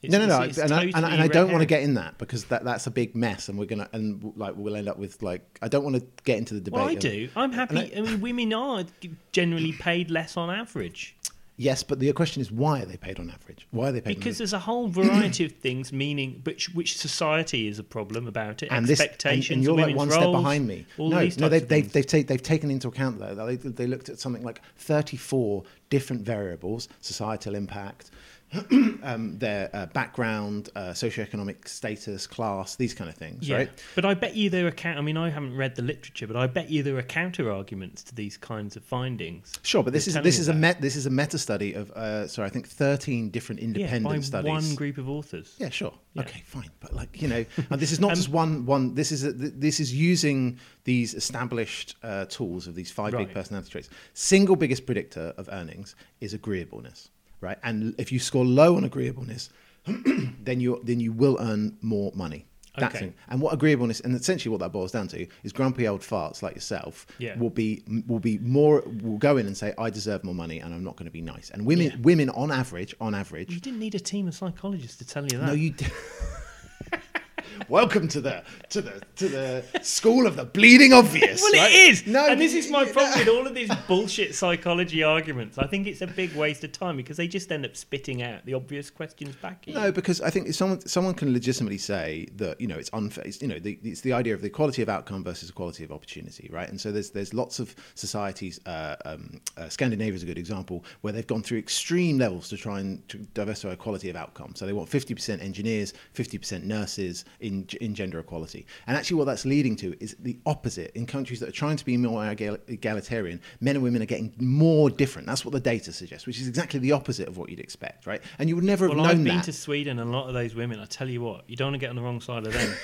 S4: It's-
S3: no, no, no,
S4: it's- it's
S3: and, I, and, I,
S4: totally
S3: and I don't
S4: red
S3: want to
S4: herring.
S3: get in that because that, that's a big mess, and we're gonna and like we'll end up with like I don't want to get into the debate.
S4: Well, I
S3: of-
S4: do. I'm happy. I, mean, women are generally paid less on average
S3: Yes, but the question is why are they paid on average? Why are they paid? on
S4: because
S3: average?
S4: there's a whole variety of things, meaning which which society is a problem about it.
S3: and this and-
S4: expectations,
S3: and, you're like
S4: women's
S3: one step
S4: roles,
S3: behind me.
S4: All
S3: no,
S4: these
S3: no,
S4: types
S3: they've
S4: of
S3: they've,
S4: things.
S3: they've, ta- they've taken into account that they, they looked at something like 34 different variables: societal impact, um, their uh, background, uh, socioeconomic status, class, these kind of things,
S4: Yeah.
S3: right?
S4: But I bet you there are counter. I mean, I haven't read the literature, but I bet you there are counter arguments to these kinds of findings.
S3: Sure, but this
S4: They're
S3: is
S4: telling
S3: this
S4: you
S3: is a
S4: that.
S3: met, this is a meta study of uh, sorry, I think 13 different
S4: yeah,
S3: independent
S4: by
S3: studies.
S4: one group of authors.
S3: Yeah, sure.
S4: Yeah. Um,
S3: Okay, fine. But like you know, and this is not just one one. This is a, th- this is using these established uh, tools of these five
S4: Right.
S3: big personality traits. Single biggest predictor of earnings is agreeableness, right? And if you score low on agreeableness, then you then you will earn more money. That's
S4: Okay.
S3: it. And what agreeableness and essentially what that boils down to is grumpy old farts like yourself
S4: Yeah.
S3: will be will be more will go in and say I deserve more money and I'm not going to be nice. And women
S4: Yeah.
S3: women on average on average
S4: You didn't need a team of psychologists to tell you that.
S3: no, you. d- Welcome to the to the to the school of the bleeding obvious.
S4: Well,
S3: right?
S4: it is.
S3: No,
S4: and this is my
S3: no.
S4: problem with all of these bullshit psychology arguments. I think it's a big waste of time because they just end up spitting out the obvious questions back. at you.
S3: No, because I think someone someone can legitimately say that you know it's unfair. It's, you know, the, it's the idea of the equality of outcome versus equality of opportunity, right? And so there's there's lots of societies. Uh, um, uh, Scandinavia is a good example where they've gone through extreme levels to try and to diversify equality of outcome. So they want 50% engineers, 50% nurses in in gender equality. And actually, what that's leading to is the opposite. In countries that are trying to be more egal- egalitarian, men and women are getting more different. That's what the data suggests, which is exactly the opposite of what you'd expect, right? And you would never have
S4: Well,
S3: known
S4: I've been
S3: that.
S4: to Sweden and a lot of those women. I tell you what, you don't want to get on the wrong side of them.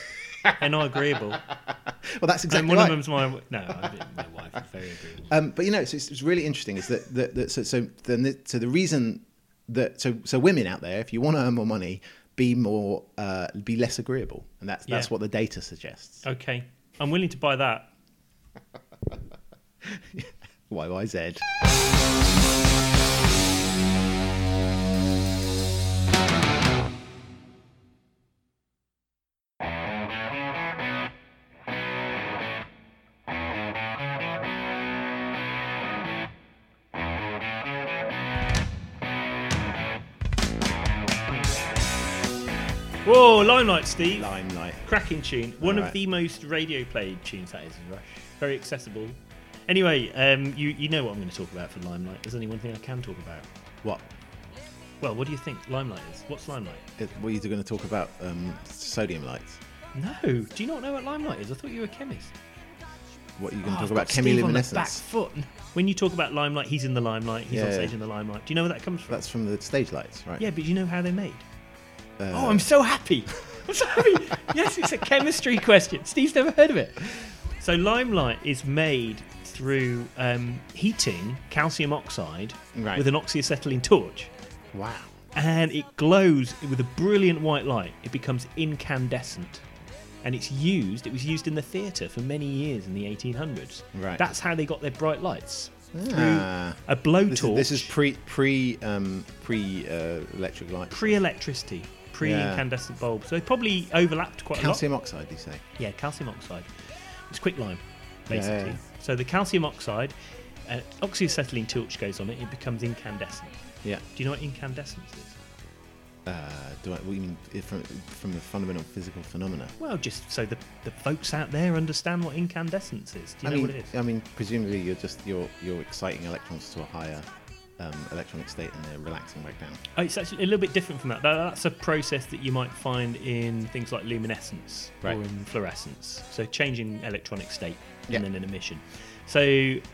S4: They're not agreeable.
S3: Well, that's
S4: and
S3: exactly
S4: one
S3: right.
S4: of them's my no. I, my wife is very agreeable.
S3: Um, but you know, so it's, it's really interesting. Is that, that, that so so then the, so the reason that so so women out there, if you want to earn more money, be more uh, be less agreeable, and that's that's
S4: Yeah.
S3: what the data suggests.
S4: Okay, I'm willing to buy that.
S3: Y Y Z.
S4: Whoa, limelight, Steve.
S3: Limelight.
S4: Cracking tune. One of
S3: Alright.
S4: the most radio played tunes that is Rush. Very accessible. Anyway, um, you you know what I'm going to talk about for Limelight. There's only one thing I can talk about.
S3: What?
S4: Well, what do you think Limelight is? What's Limelight?
S3: It- Were you going to talk about um, sodium lights?
S4: No. Do you not know what Limelight is? I thought you were a chemist.
S3: What are you going
S4: Oh,
S3: to talk
S4: I've
S3: about?
S4: got Steve on the
S3: Chemiluminescence.
S4: back foot. When you talk about Limelight, he's in the limelight. He's on
S3: Yeah,
S4: stage
S3: yeah.
S4: in the limelight. Do you know where that comes from?
S3: That's Uh, from the stage lights, right?
S4: Yeah, but you know how they're made. oh, I'm so happy. I'm so happy. yes, it's a chemistry question. Steve's never heard of it. So limelight is made through um, heating calcium oxide
S3: Right.
S4: with an oxyacetylene torch,
S3: Wow.
S4: and it glows with a brilliant white light. It becomes incandescent. And it's used. It was used in the theatre for many years in the 1800s.
S3: Right.
S4: That's how they got their bright lights
S3: Ah.
S4: through a blowtorch.
S3: This is, this is pre pre um, pre uh, electric light.
S4: pre-electricity, pre-incandescent bulbs. So they probably overlapped quite
S3: Calcium oxide, you say?
S4: a lot. Yeah, calcium oxide. It's quicklime,
S3: Yeah,
S4: basically.
S3: yeah.
S4: So the calcium oxide, uh, oxyacetylene torch goes on it. It becomes incandescent.
S3: Yeah.
S4: Do you know what incandescence is?
S3: Uh, do I, what do you mean if from from the fundamental physical phenomena?
S4: Well, just so the, the folks out there understand what incandescence is. Do you
S3: I
S4: know
S3: mean,
S4: what it is?
S3: I mean, presumably you're just you're you're exciting electrons to a higher um, electronic state and they're relaxing back down.
S4: Oh, it's actually a little bit different from that. that. That's a process that you might find in things like luminescence
S3: Right.
S4: or in fluorescence. So changing electronic state and
S3: Yeah.
S4: then an emission. So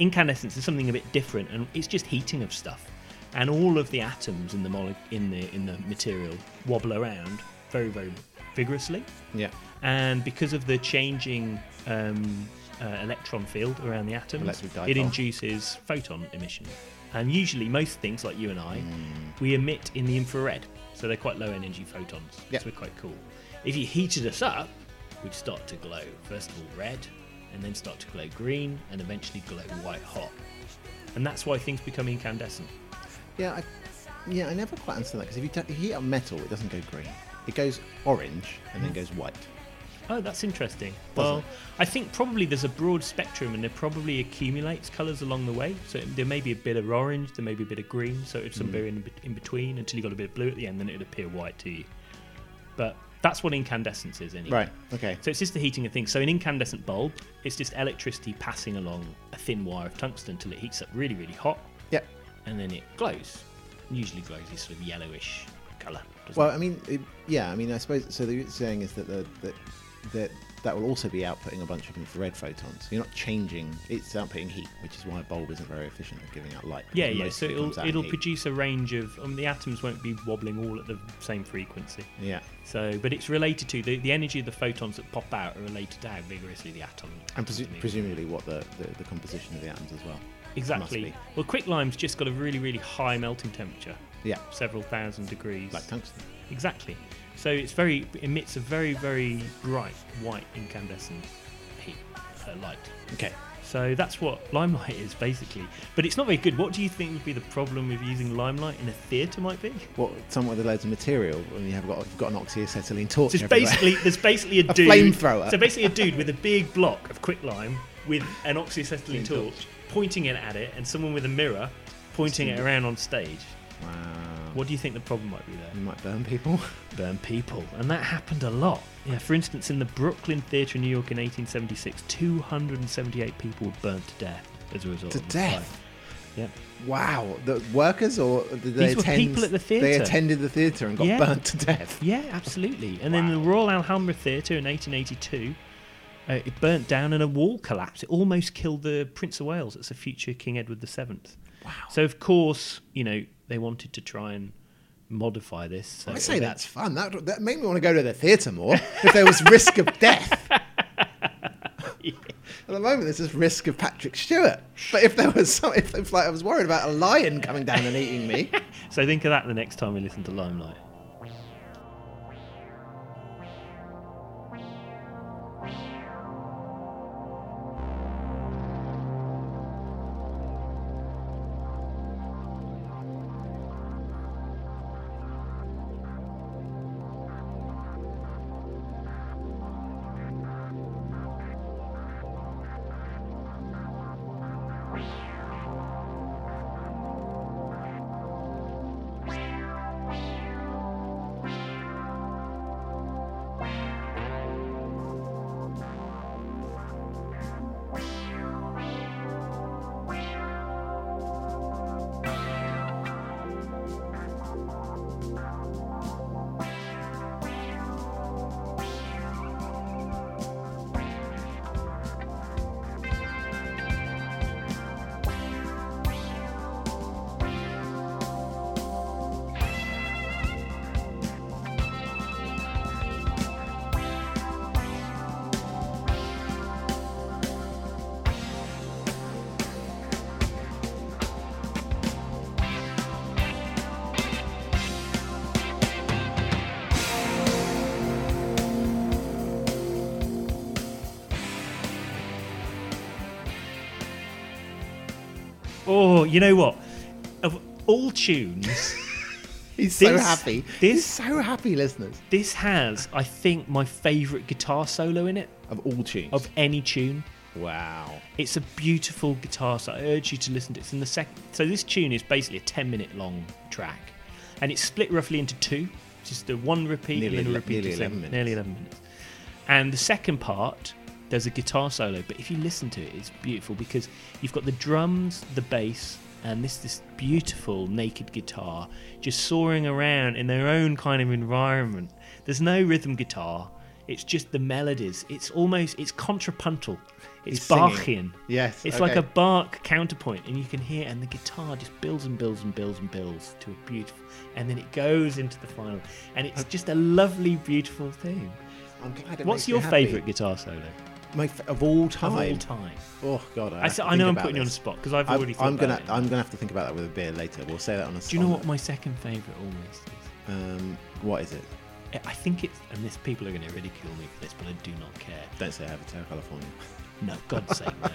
S4: incandescence is something a bit different, and it's just heating of stuff. And all of the atoms in the mole- in the in the material wobble around very very vigorously,
S3: Yeah.
S4: and because of the changing um, uh, electron field around the atoms,
S3: Electric dipole.
S4: it induces photon emission. And usually, most things like you and I,
S3: Hmm.
S4: we emit in the infrared, so they're quite low energy photons.
S3: Yeah.
S4: So we're quite cool. If you heated us up, we'd start to glow. First of all, red, and then start to glow green, and eventually glow white hot. And that's why things become incandescent.
S3: Yeah. I, yeah. I never quite understand that because if you, t- heat up metal, it doesn't go green. It goes orange and
S4: Mm.
S3: then goes white.
S4: Oh, that's interesting.
S3: Doesn't
S4: Well,
S3: it?
S4: I think probably there's a broad spectrum and it probably accumulates colours along the way. So it, there may be a bit of orange, there may be a bit of green, so it's somewhere
S3: Mm.
S4: in, bet- in between until you got a bit of blue at the end, then it would appear white to you. But that's what incandescence is, anyway.
S3: Right. Okay.
S4: So it's just the heating of things. So an incandescent bulb, it's just electricity passing along a thin wire of tungsten till it heats up really, really hot,
S3: Yeah.
S4: and then it glows. Usually glows this sort of yellowish colour. doesn't
S3: Well,
S4: it?
S3: I mean, it, yeah. I mean, I suppose. So the saying is that the that that that will also be outputting a bunch of infrared photons. You're not changing; it's outputting heat, which is why a bulb isn't very efficient at giving out light.
S4: Yeah,
S3: because
S4: yeah.
S3: most
S4: So
S3: of it
S4: it'll
S3: comes out in
S4: it'll
S3: heat.
S4: produce a range of um, the atoms won't be wobbling all at the same frequency.
S3: Yeah,
S4: So, but it's related to the, the energy of the photons that pop out are related to how vigorously the atom.
S3: and
S4: atoms
S3: presu-
S4: move.
S3: presumably what the, the the composition of the atoms as well.
S4: exactly.
S3: Must
S4: Well, quicklime's just got a really really high melting temperature,
S3: be. Yeah,
S4: several thousand degrees.
S3: like tungsten.
S4: exactly. So it's very emits a very very bright white incandescent heat uh, light.
S3: Okay.
S4: So that's what Limelight is basically. But it's not very good. What do you think would be the problem with using Limelight in a theatre might be?
S3: What, someone with loads of material, and you have got, you've got an oxyacetylene torch.
S4: So it's
S3: everywhere.
S4: basically there's basically a,
S3: A
S4: dude
S3: flamethrower.
S4: So basically a dude with a big block of quicklime with an oxyacetylene torch pointing it at it, and someone with a mirror pointing it around on stage.
S3: wow.
S4: What do you think the problem might be there?
S3: You might burn people.
S4: burn people, and that happened a lot. Yeah, for instance, in the Brooklyn Theatre in New York in 1876, 278 people were burnt to death as a result.
S3: To
S4: of this
S3: death.
S4: fire. Yep.
S3: Wow. The workers or did they
S4: These were
S3: attend?
S4: people at the
S3: They
S4: theatre.
S3: attended the theatre and got
S4: Yeah.
S3: burnt to death.
S4: Yeah, absolutely. And then the Royal Alhambra Theatre in 1882, uh, it burnt down and a wall collapsed. It almost killed the Prince of Wales. That's the future King Edward VII. Wow. So of course, you know they wanted to try and modify this. So
S3: I say that's fun. That that made me want to go to the theatre more. if there was risk of death. At the moment, there's this risk of Patrick Stewart. But if there was some, if, if like I was worried about a lion coming down and eating me,
S4: So think of that the next time we listen to Limelight. Oh, you know what? Of all tunes.
S3: he's so
S4: This-
S3: happy. he's
S4: this-
S3: so happy, listeners.
S4: This has, I think, my favourite guitar solo in it
S3: Of all tunes.
S4: of any tune.
S3: wow.
S4: It's a beautiful guitar solo. I urge you to listen to it. It's in the second. So this tune is basically a ten-minute long track, and it's split roughly into two, just a one repeat
S3: Nearly
S4: and then a
S3: ele-
S4: repeat.
S3: nearly
S4: to seven-
S3: 11 minutes.
S4: Nearly eleven minutes. And the second part, there's a guitar solo. But if you listen to it, it's beautiful because you've got the drums, the bass, and this this beautiful naked guitar just soaring around in their own kind of environment. There's no rhythm guitar. It's just the melodies. It's almost it's contrapuntal. It's
S3: He's singing.
S4: Bachian.
S3: Yes,
S4: It's
S3: okay.
S4: like a Bach counterpoint, and you can hear, and the guitar just builds and builds and builds and builds to a beautiful, and then it goes into the final, and it's just a lovely, beautiful thing.
S3: I'm glad it
S4: What's
S3: makes me
S4: your
S3: happy.
S4: favourite guitar solo
S3: My fa- of all
S4: of
S3: time.
S4: all time?
S3: Oh God. I,
S4: I,
S3: have
S4: s-
S3: to
S4: I
S3: think
S4: know I'm
S3: about
S4: putting you on the
S3: this.
S4: spot because I've
S3: I've-
S4: already thought
S3: I'm gonna
S4: about it.
S3: I'm gonna have to think about that with a beer later. We'll say that on a.
S4: Do you know what my second favourite almost is? Eh,
S3: Um, what is it?
S4: I- I think it's, and this people are going to ridicule me for this, but I do not care.
S3: Don't say Hotel California.
S4: No, God's sake, no.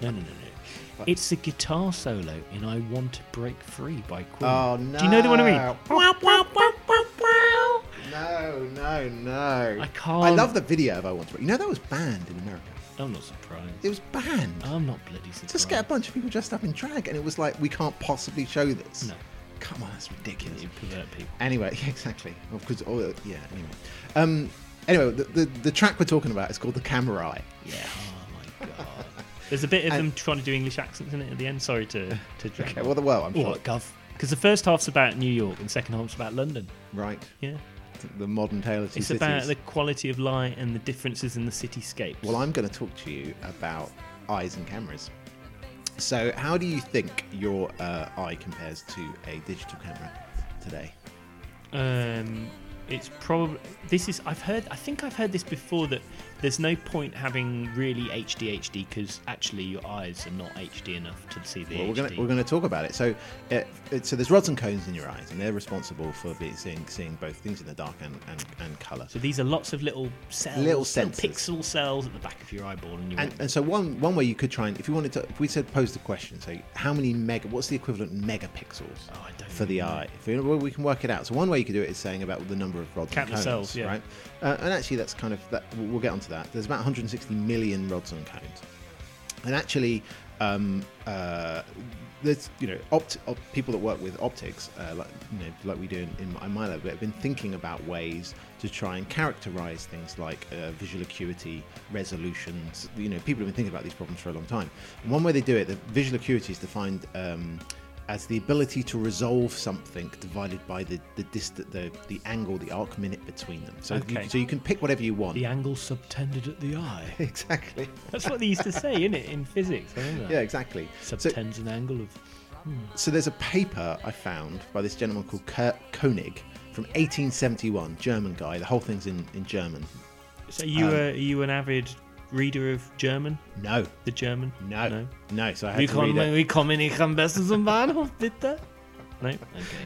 S4: No, no, no, no. It's the guitar solo in I Want to Break Free by Queen.
S3: Oh,
S4: Do you know the one I mean?
S3: no.
S4: Wow, wow, wow, wow, wow.
S3: No, no, no.
S4: I can't.
S3: I love the video of I Want to Break. You know that was banned in America.
S4: I'm not surprised.
S3: It was banned.
S4: I'm not bloody surprised.
S3: Just get a bunch of people dressed up in drag, and it was like we can't possibly show this.
S4: No.
S3: Come on, that's ridiculous.
S4: You pervert people.
S3: Anyway, yeah, exactly. Of course, oh, yeah. Anyway, um, anyway, the, the the track we're talking about is called the Camera Eye.
S4: Yeah. Oh my god. There's a bit of
S3: And-
S4: them trying to do English accents in it at the end. Sorry to to. drag
S3: Okay,
S4: on.
S3: well, the well, I'm sure.
S4: what gov? Because the first half's about New York and second half's about London.
S3: Right,
S4: Yeah.
S3: the modern tale of two
S4: It's
S3: cities.
S4: about the quality of light and the differences in the cityscapes.
S3: Well, I'm going to talk to you about eyes and cameras. So, how do you think your uh, eye compares to a digital camera today?
S4: Um, it's probably this is I've heard I think I've heard this before that
S1: There's no point having really HD HD because actually your eyes are not HD enough to see the
S3: Well, we're
S1: HD.
S3: going we're gonna talk about it. So, uh, it- so there's rods and cones in your eyes, and they're responsible for being, seeing seeing both things in the dark and and, and colour.
S1: So these are lots of little cells,
S3: Little sensors.
S1: pixel cells at the back of your eyeball, and you
S3: And, and so one one way you could try and if you wanted to, if we said pose the question, so how many mega? What's the equivalent megapixels
S1: Oh, I don't
S3: for the eye? If we, well, we can work it out. So one way you could do it is saying about the number of rods
S4: Count the
S3: and cones,
S4: cells, yeah.
S3: right? Uh, and actually, that's kind of that. we'll- We'll get onto that. There's about 160 million rods and cones, and actually. Um, uh, there's, you know, opt, op, people that work with optics, uh, like you know, like we do in, in, my- in my lab, have been thinking about ways to try and characterize things like uh, visual acuity, resolutions. You know, people have been thinking about these problems for a long time. And one way they do it, the visual acuity is defined um, as the ability to resolve something divided by the the, dist- the the angle, the arc minute between them. So,
S4: Okay.
S3: you, so you can pick whatever you want.
S4: The angle subtended at the eye.
S3: Exactly.
S4: That's what they used to say, isn't it, in physics? I remember that.
S3: Yeah, exactly. So-
S4: Subtends an angle of.
S3: so there's a paper I found by this gentleman called Kurt Koenig from 1871, German guy. The whole thing's in, in German.
S4: So you
S3: Um,
S4: uh, are you an avid reader of German?
S3: No,
S4: The German?
S3: no, no. So I had
S4: Wie
S3: to read
S4: kommen,
S3: it.
S4: wie kommen ich am besten zum Bahnhof, bitte? No. Okay.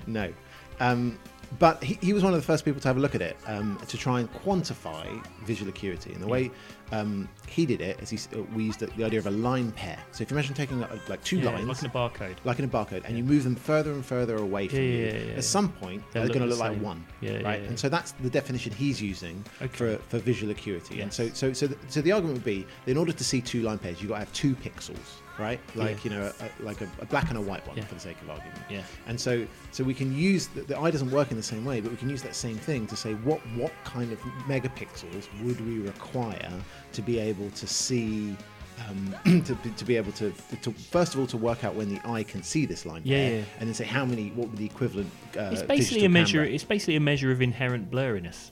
S3: No. Um, but he, he was one of the first people to have a look at it um, to try and quantify visual acuity. And the way um, he did it is he, s- uh, we used the, the idea of a line pair. So if you imagine taking uh, like two
S4: Yeah,
S3: lines,
S4: Like in a barcode.
S3: like in a barcode, and you move them further and further away from
S4: Yeah,
S3: you.
S4: yeah, yeah, yeah.
S3: At some point,
S4: They'll
S3: they're,
S4: look
S3: going to
S4: the
S3: look like
S4: same.
S3: one,
S4: Yeah, yeah,
S3: right?
S4: yeah.
S3: And so that's the definition he's using for, for visual acuity. And so,
S4: Yes.
S3: so, so, th- so the argument would be, that in order to see two line pairs, you've got to have two pixels, right?
S4: Yeah.
S3: Like you know, a, a- like a, a black and a white one,
S4: Yeah.
S3: for the sake of argument.
S4: Yeah.
S3: And so, so we can use the, the eye doesn't work in the same way, but we can use that same thing to say what what kind of megapixels would we require to be able to see. Um, to, be- to be able to, to first of all to work out when the eye can see this line
S4: Yeah,
S3: pair,
S4: yeah.
S3: and then say how many what would the equivalent uh,
S4: It's basically
S3: digital
S4: a measure.
S3: camera-
S4: It's basically a measure of inherent blurriness.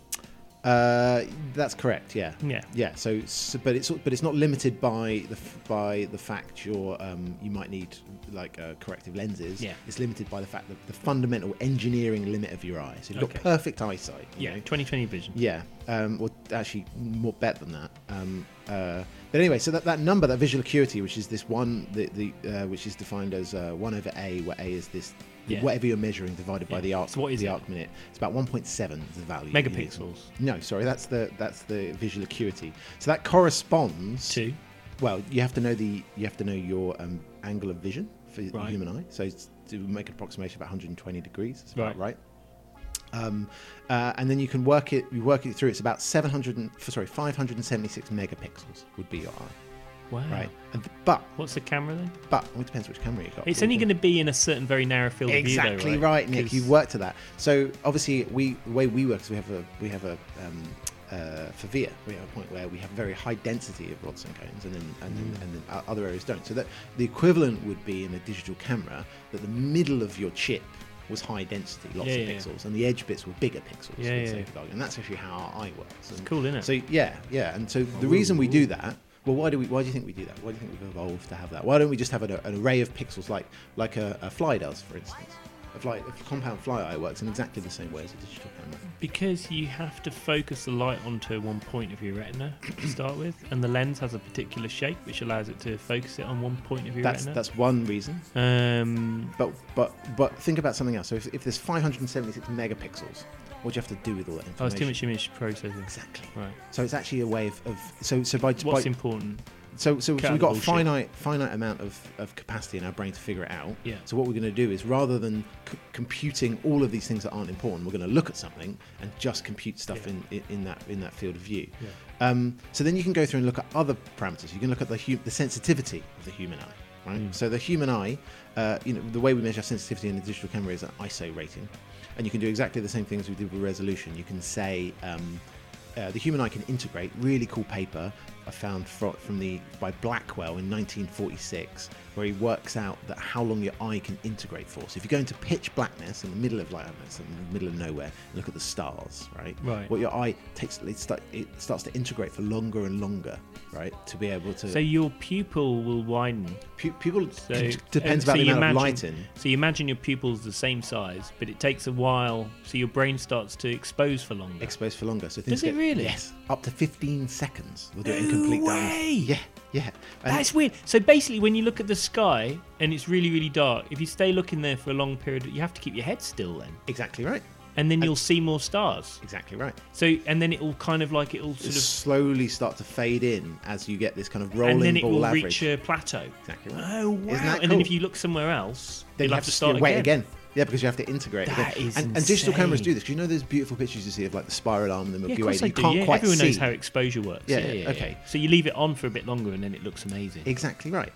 S3: uh, that's correct. Yeah.
S4: Yeah.
S3: Yeah. So, so, but it's but it's not limited by the f- by the fact you're um, you might need like uh, corrective lenses.
S4: Yeah.
S3: It's limited by the fact that the fundamental engineering limit of your eye. So you've
S4: Okay.
S3: got perfect eyesight. you
S4: Yeah,
S3: know?
S4: 2020 vision.
S3: Yeah, um, well, actually, more bet than that. Um, uh, but anyway, so that, that number, that visual acuity, which is this one, the, the uh, which is defined as uh, one over a, where a is this
S4: Yeah.
S3: whatever you're measuring divided by
S4: Yeah.
S3: the arc.
S4: So what is
S3: the
S4: it?
S3: arc minute? It's about 1.7 is the value.
S4: Megapixels.
S3: No, sorry, that's the that's the visual acuity. So that corresponds
S4: Two.
S3: well, you have to know the you have to know your um, angle of vision for the
S4: Right.
S3: human eye. So it's, to make an approximation about 120 degrees, that's about right.
S4: Right.
S3: Um, uh, and then you can work it. You work it through. It's about 700. And, f- sorry, 576 megapixels would be your eye,
S4: Wow.
S3: right? And, th- but
S4: What's the camera then?
S3: but well, it depends which camera you got.
S4: It's
S3: We
S4: only
S3: can-
S4: going to be in a certain very narrow field of
S3: exactly
S4: view, though,
S3: right, Nick. You
S4: Because-
S3: worked to that. So obviously, we the way we work is we have a we have a um, uh, for VIA, we have a point where we have very high density of rods and cones, and then and, then, and then o- other areas don't. So that the equivalent would be in a digital camera that the middle of your chip was high density, lots
S4: Yeah,
S3: of
S4: yeah, yeah.
S3: pixels, and the edge bits were bigger pixels.
S4: Yeah,
S3: for the
S4: yeah,
S3: sake
S4: yeah.
S3: of argument. And that's actually how our eye works. It's
S4: cool, innit?
S3: So yeah, yeah. And so the reason we do that. Well, why do we? Why do you think we do that? Why do you think we've evolved to have that? Why don't we just have an, an array of pixels, like like a, a fly does, for instance? A fly, a compound fly eye works in exactly the same way as a digital camera.
S4: Because you have to focus the light onto one point of your retina to start with, and the lens has a particular shape which allows it to focus it on one point of your
S3: That's
S4: retina.
S3: that's one reason.
S4: um,
S3: But but but think about something else. So if, if there's 576 megapixels, what do you have to do with all that information?
S4: oh, it's too much image processing.
S3: Exactly.
S4: Right.
S3: So it's actually a way of, of so so by,
S4: What's
S3: by
S4: important?
S3: so so,
S4: Cut
S3: so
S4: out
S3: we've
S4: the
S3: got a
S4: bullshit.
S3: finite finite amount of, of capacity in our brain to figure it out.
S4: Yeah.
S3: So what we're going to do is rather than c- computing all of these things that aren't important, we're going to look at something and just compute stuff
S4: Yeah.
S3: in, in in that in that field of view.
S4: Yeah.
S3: Um, so then you can go through and look at other parameters. You can look at the hu- the sensitivity of the human eye, right?
S4: Mm.
S3: So the human eye, uh, you know, the way we measure sensitivity in a digital camera is an ISO rating, and you can do exactly the same things we did with resolution. You can say um, uh, the human eye can integrate really cool paper I found fro- from the by Blackwell in 1946, where he works out that how long your eye can integrate for. So if you go into pitch blackness in the middle of like I don't know, it's in the middle of nowhere, and look at the stars, right?
S4: Right.
S3: What your eye takes, it, start, it starts to integrate for longer and longer, right? To be able to.
S4: So your pupil will widen.
S3: pu- people
S4: So
S3: depends
S4: and so
S3: about the
S4: you imagine,
S3: amount of light in.
S4: So you imagine your pupil's the same size, but it takes a while. So your brain starts to expose for longer.
S3: exposed for longer. So things
S4: Does it
S3: get-
S4: really?
S3: Yes, up to 15 seconds. They'll do it in
S4: No
S3: complete darkness.
S4: way!
S3: Yeah, yeah. And
S4: That's weird. So basically, when you look at the sky and it's really, really dark, if you stay looking there for a long period, you have to keep your head still then,
S3: exactly right.
S4: and then you'll see more stars.
S3: Exactly right.
S4: So and then it'll kind of like it'll
S3: Just
S4: sort of,
S3: slowly start to fade in as you get this kind of rolling
S4: and then it
S3: ball
S4: will
S3: average.
S4: reach a plateau.
S3: Exactly right.
S4: Oh wow!
S3: Isn't that
S4: And then
S3: cool?
S4: if you look somewhere else,
S3: then
S4: you'll
S3: you
S4: have, to start
S3: wait
S4: again.
S3: again. Yeah, because you have to integrate
S4: That
S3: again.
S4: is
S3: and, and digital cameras
S4: insane.
S3: do this. 'cause you know those beautiful pictures you see of like the spiral arm and the
S4: Yeah, of
S3: Milky Way.
S4: course
S3: that
S4: I
S3: you
S4: do.
S3: can't
S4: yeah,
S3: quite
S4: everyone
S3: see.
S4: knows how exposure works.
S3: Yeah,
S4: Yeah, yeah, yeah.
S3: okay.
S4: So you leave it on for a bit longer, and then it looks amazing.
S3: Exactly right.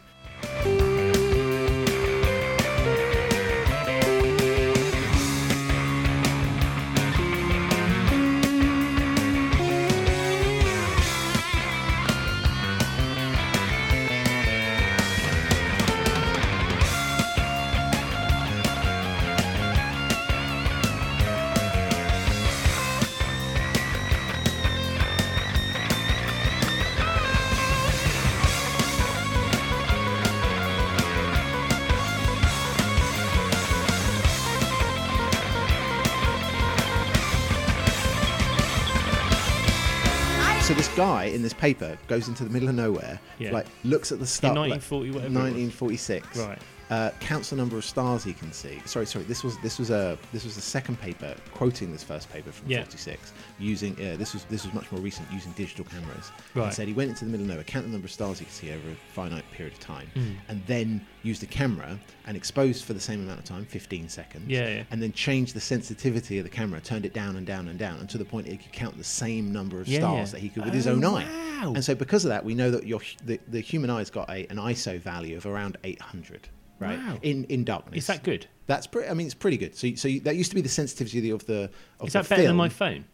S3: So this guy in this paper goes into the middle of nowhere,
S4: Yeah.
S3: like looks at the star. like,
S4: 1940, whatever it was.
S3: 1946.
S4: Right.
S3: Uh, counts the number of stars he can see. Sorry, sorry. This was this was a this was the second paper quoting this first paper from
S4: Yeah.
S3: 46 using uh, this was this was much more recent using digital cameras.
S4: Right.
S3: And said he went into the middle of nowhere, counted the number of stars he could see over a finite period of time,
S4: Hmm.
S3: and then used a camera and exposed for the same amount of time, 15 seconds.
S4: Yeah, yeah.
S3: And then changed the sensitivity of the camera, turned it down and down and down, and to the point it could count the same number of
S4: Yeah,
S3: stars
S4: yeah. Oh,
S3: that he could with his own eye.
S4: wow.
S3: And so because of that, we know that your hu- the, the human eye's got a, an ISO value of around 800, right?
S4: Wow.
S3: In in darkness.
S4: Is that good?
S3: That's pretty. I mean, it's pretty good. So, you- so you, that used to be the sensitivity of the- of the. Of
S4: Is
S3: the
S4: that better than
S3: film.
S4: my phone?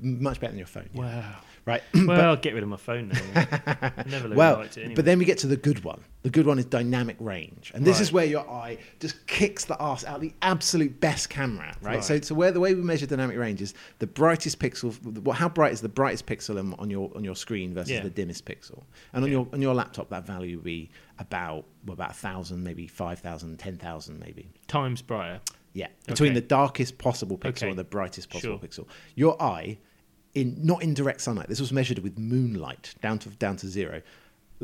S3: Much better than your phone. yeah.
S4: Wow.
S3: Right.
S4: Well, I'll get rid of my phone now. I never really
S3: well,
S4: liked it anyway.
S3: but then we get to the good one. The good one is dynamic range, and this is
S4: Right.
S3: where your eye just kicks the ass out the absolute best camera, right?
S4: Right.
S3: So, so where the way we measure dynamic range is the brightest pixel. Well, how bright is the brightest pixel on, on your on your screen versus
S4: Yeah.
S3: the dimmest pixel? And on your on your laptop, that value would be about well, about thousand, maybe 5,000, 10,000 maybe.
S4: times brighter.
S3: Yeah, between
S4: Okay.
S3: the darkest possible pixel
S4: Okay.
S3: and the brightest possible
S4: Sure.
S3: pixel. Your eye, in not in direct sunlight. This was measured with moonlight down to down to zero.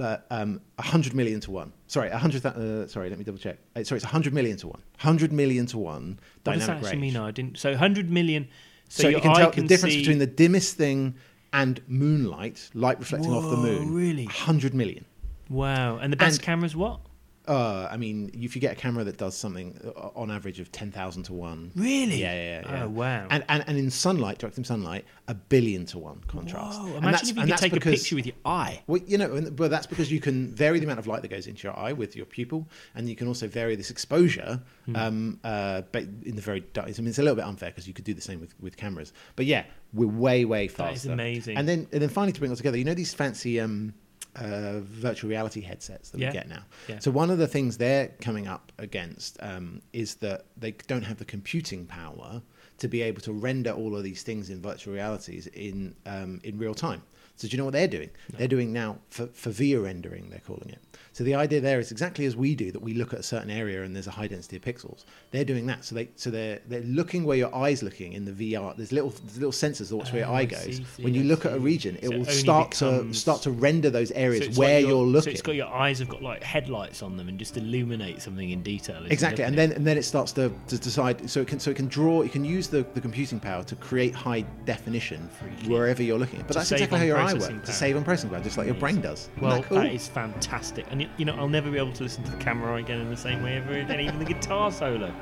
S3: Uh, um, 100 million to one. Sorry, 100. thou- Uh, sorry, let me double check. Uh, sorry, it's 100 million to one. 100 million to one.
S4: What does
S3: dynamic
S4: that actually
S3: range.
S4: mean? I didn't. So 100 million. So,
S3: So,
S4: your
S3: you can
S4: eye
S3: tell
S4: can
S3: the difference
S4: see-
S3: between the dimmest thing and moonlight, light reflecting off the
S4: Whoa,
S3: moon.
S4: really?
S3: 100 million.
S4: Wow. And the best
S3: and-
S4: camera's what?
S3: Uh, I mean, if you get a camera that does something uh, on average of 10,000 to 1.
S4: Really?
S3: Yeah, yeah, yeah.
S4: Oh, wow.
S3: And, and, and in sunlight, direct from sunlight, a billion to 1 contrast.
S4: Whoa.
S3: And
S4: Imagine
S3: that's-
S4: if you
S3: and
S4: could
S3: that's
S4: take
S3: because-
S4: a picture with your eye.
S3: Well, you know, and, well, that's because you can vary the amount of light that goes into your eye with your pupil, and you can also vary this exposure.
S4: Hmm.
S3: Um, uh, but in the very, di- I mean, it's a little bit unfair because you could do the same with, with cameras. But yeah, we're way, way faster.
S4: is amazing.
S3: And then, and then finally, to bring it all together, you know these fancy um, uh, virtual reality headsets that
S4: Yeah.
S3: we get now.
S4: Yeah.
S3: So one of the things they're coming up against um, is that they don't have the computing power to be able to render all of these things in virtual realities in um, in real time. So do you know what they're doing? They're doing now for, for via rendering, they're calling it. So the idea there is exactly as we do that we look at a certain area and there's a high density of pixels. They're doing that. So they so they're they're looking where your eye's looking in the VR. There's little there's little sensors that watch where your
S4: Oh,
S3: eye
S4: I
S3: goes.
S4: see, see,
S3: when you
S4: I
S3: look at a
S4: see.
S3: region, it
S4: So it
S3: will
S4: only
S3: start to
S4: becomes-
S3: start to render those
S4: So
S3: areas
S4: it's
S3: where
S4: like your-
S3: you're
S4: So
S3: looking.
S4: it's got your eyes have got like headlights on them and just illuminate something in detail. isn't
S3: Exactly,
S4: it?
S3: and then and then it starts to, to decide. So it can so it can draw. You can use the, the computing power to create high definition wherever you're looking. But that's
S4: save
S3: exactly how
S4: on
S3: your eye works
S4: processing
S3: to
S4: power.
S3: save on processing power, just like your brain does. Isn't
S4: Well,
S3: that cool?
S4: that is fantastic. And y- you know, I'll never be able to listen to the camera again in the same way ever again, even the guitar solo.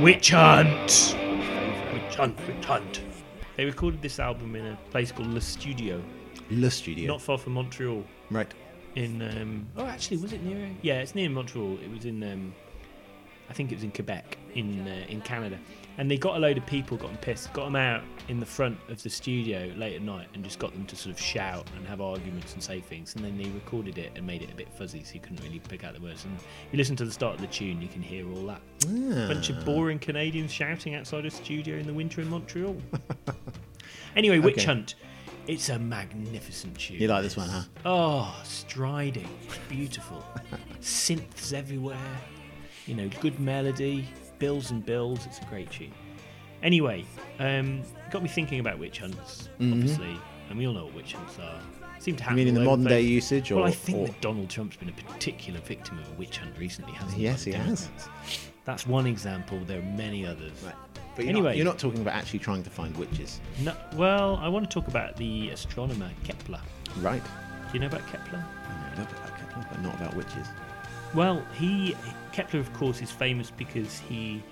S4: Witch Hunt. Witch Hunt, Witch Hunt. They recorded this album in a place called Le Studio,
S3: Le Studio.
S4: not far from Montreal.
S3: right.
S4: In um, oh, actually, was it near? Yeah, it's near Montreal. It was in um, I think it was in Quebec, in uh, in Canada. And they got a load of people, got them pissed, got them out in the front of the studio late at night, and just got them to sort of shout and have arguments and say things. And then they recorded it and made it a bit fuzzy, so you couldn't really pick out the words. And you listen to the start of the tune, you can hear all that. Bunch of boring Canadians shouting outside a studio in the winter in Montreal. anyway, Witch
S3: Okay.
S4: Hunt. It's a magnificent tune.
S3: You like this one, huh?
S4: Oh, striding, beautiful. Synths everywhere. You know, good melody, bills and bills. It's a great tune. Anyway, um, got me thinking about witch hunts, obviously, and we all know what witch hunts are. Seem to happen.
S3: Mm-hmm.
S4: all
S3: mean in the
S4: over
S3: modern
S4: place.
S3: day usage,
S4: Well,
S3: or-
S4: I think
S3: or-
S4: that Donald Trump's been a particular victim of a witch hunt recently, hasn't he?
S3: Yes,
S4: by the
S3: he has.
S4: Democrats? That's one example. There are many others.
S3: Right. But you're
S4: Anyway.
S3: not, you're not talking about actually trying to find witches,
S4: No, well, I want to talk about the astronomer Kepler.
S3: right?
S4: Do you know about Kepler?
S3: I know, okay, but not about witches.
S4: Well, he Kepler, of course, is famous because he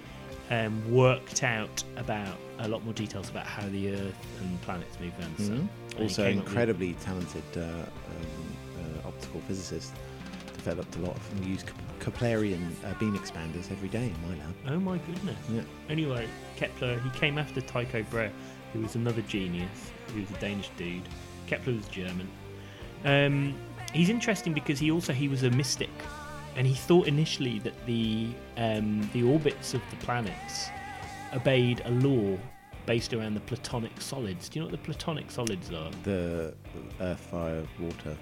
S4: um, worked out about a lot more details about how the Earth and planets move around the Sun. And he
S3: Also,
S4: came up with-
S3: incredibly talented uh, um, uh, optical physicist. Developed a lot of and used Kep- Keplerian uh, beam expanders every day in my lab.
S4: oh my goodness!
S3: Yeah.
S4: Anyway, Kepler he came after Tycho Brahe, who was another genius, who was a Danish dude. Kepler was German. Um, he's interesting because he also he was a mystic, and he thought initially that the um, the orbits of the planets obeyed a law based around the Platonic solids. Do you know what the Platonic solids are?
S3: The earth, fire, water.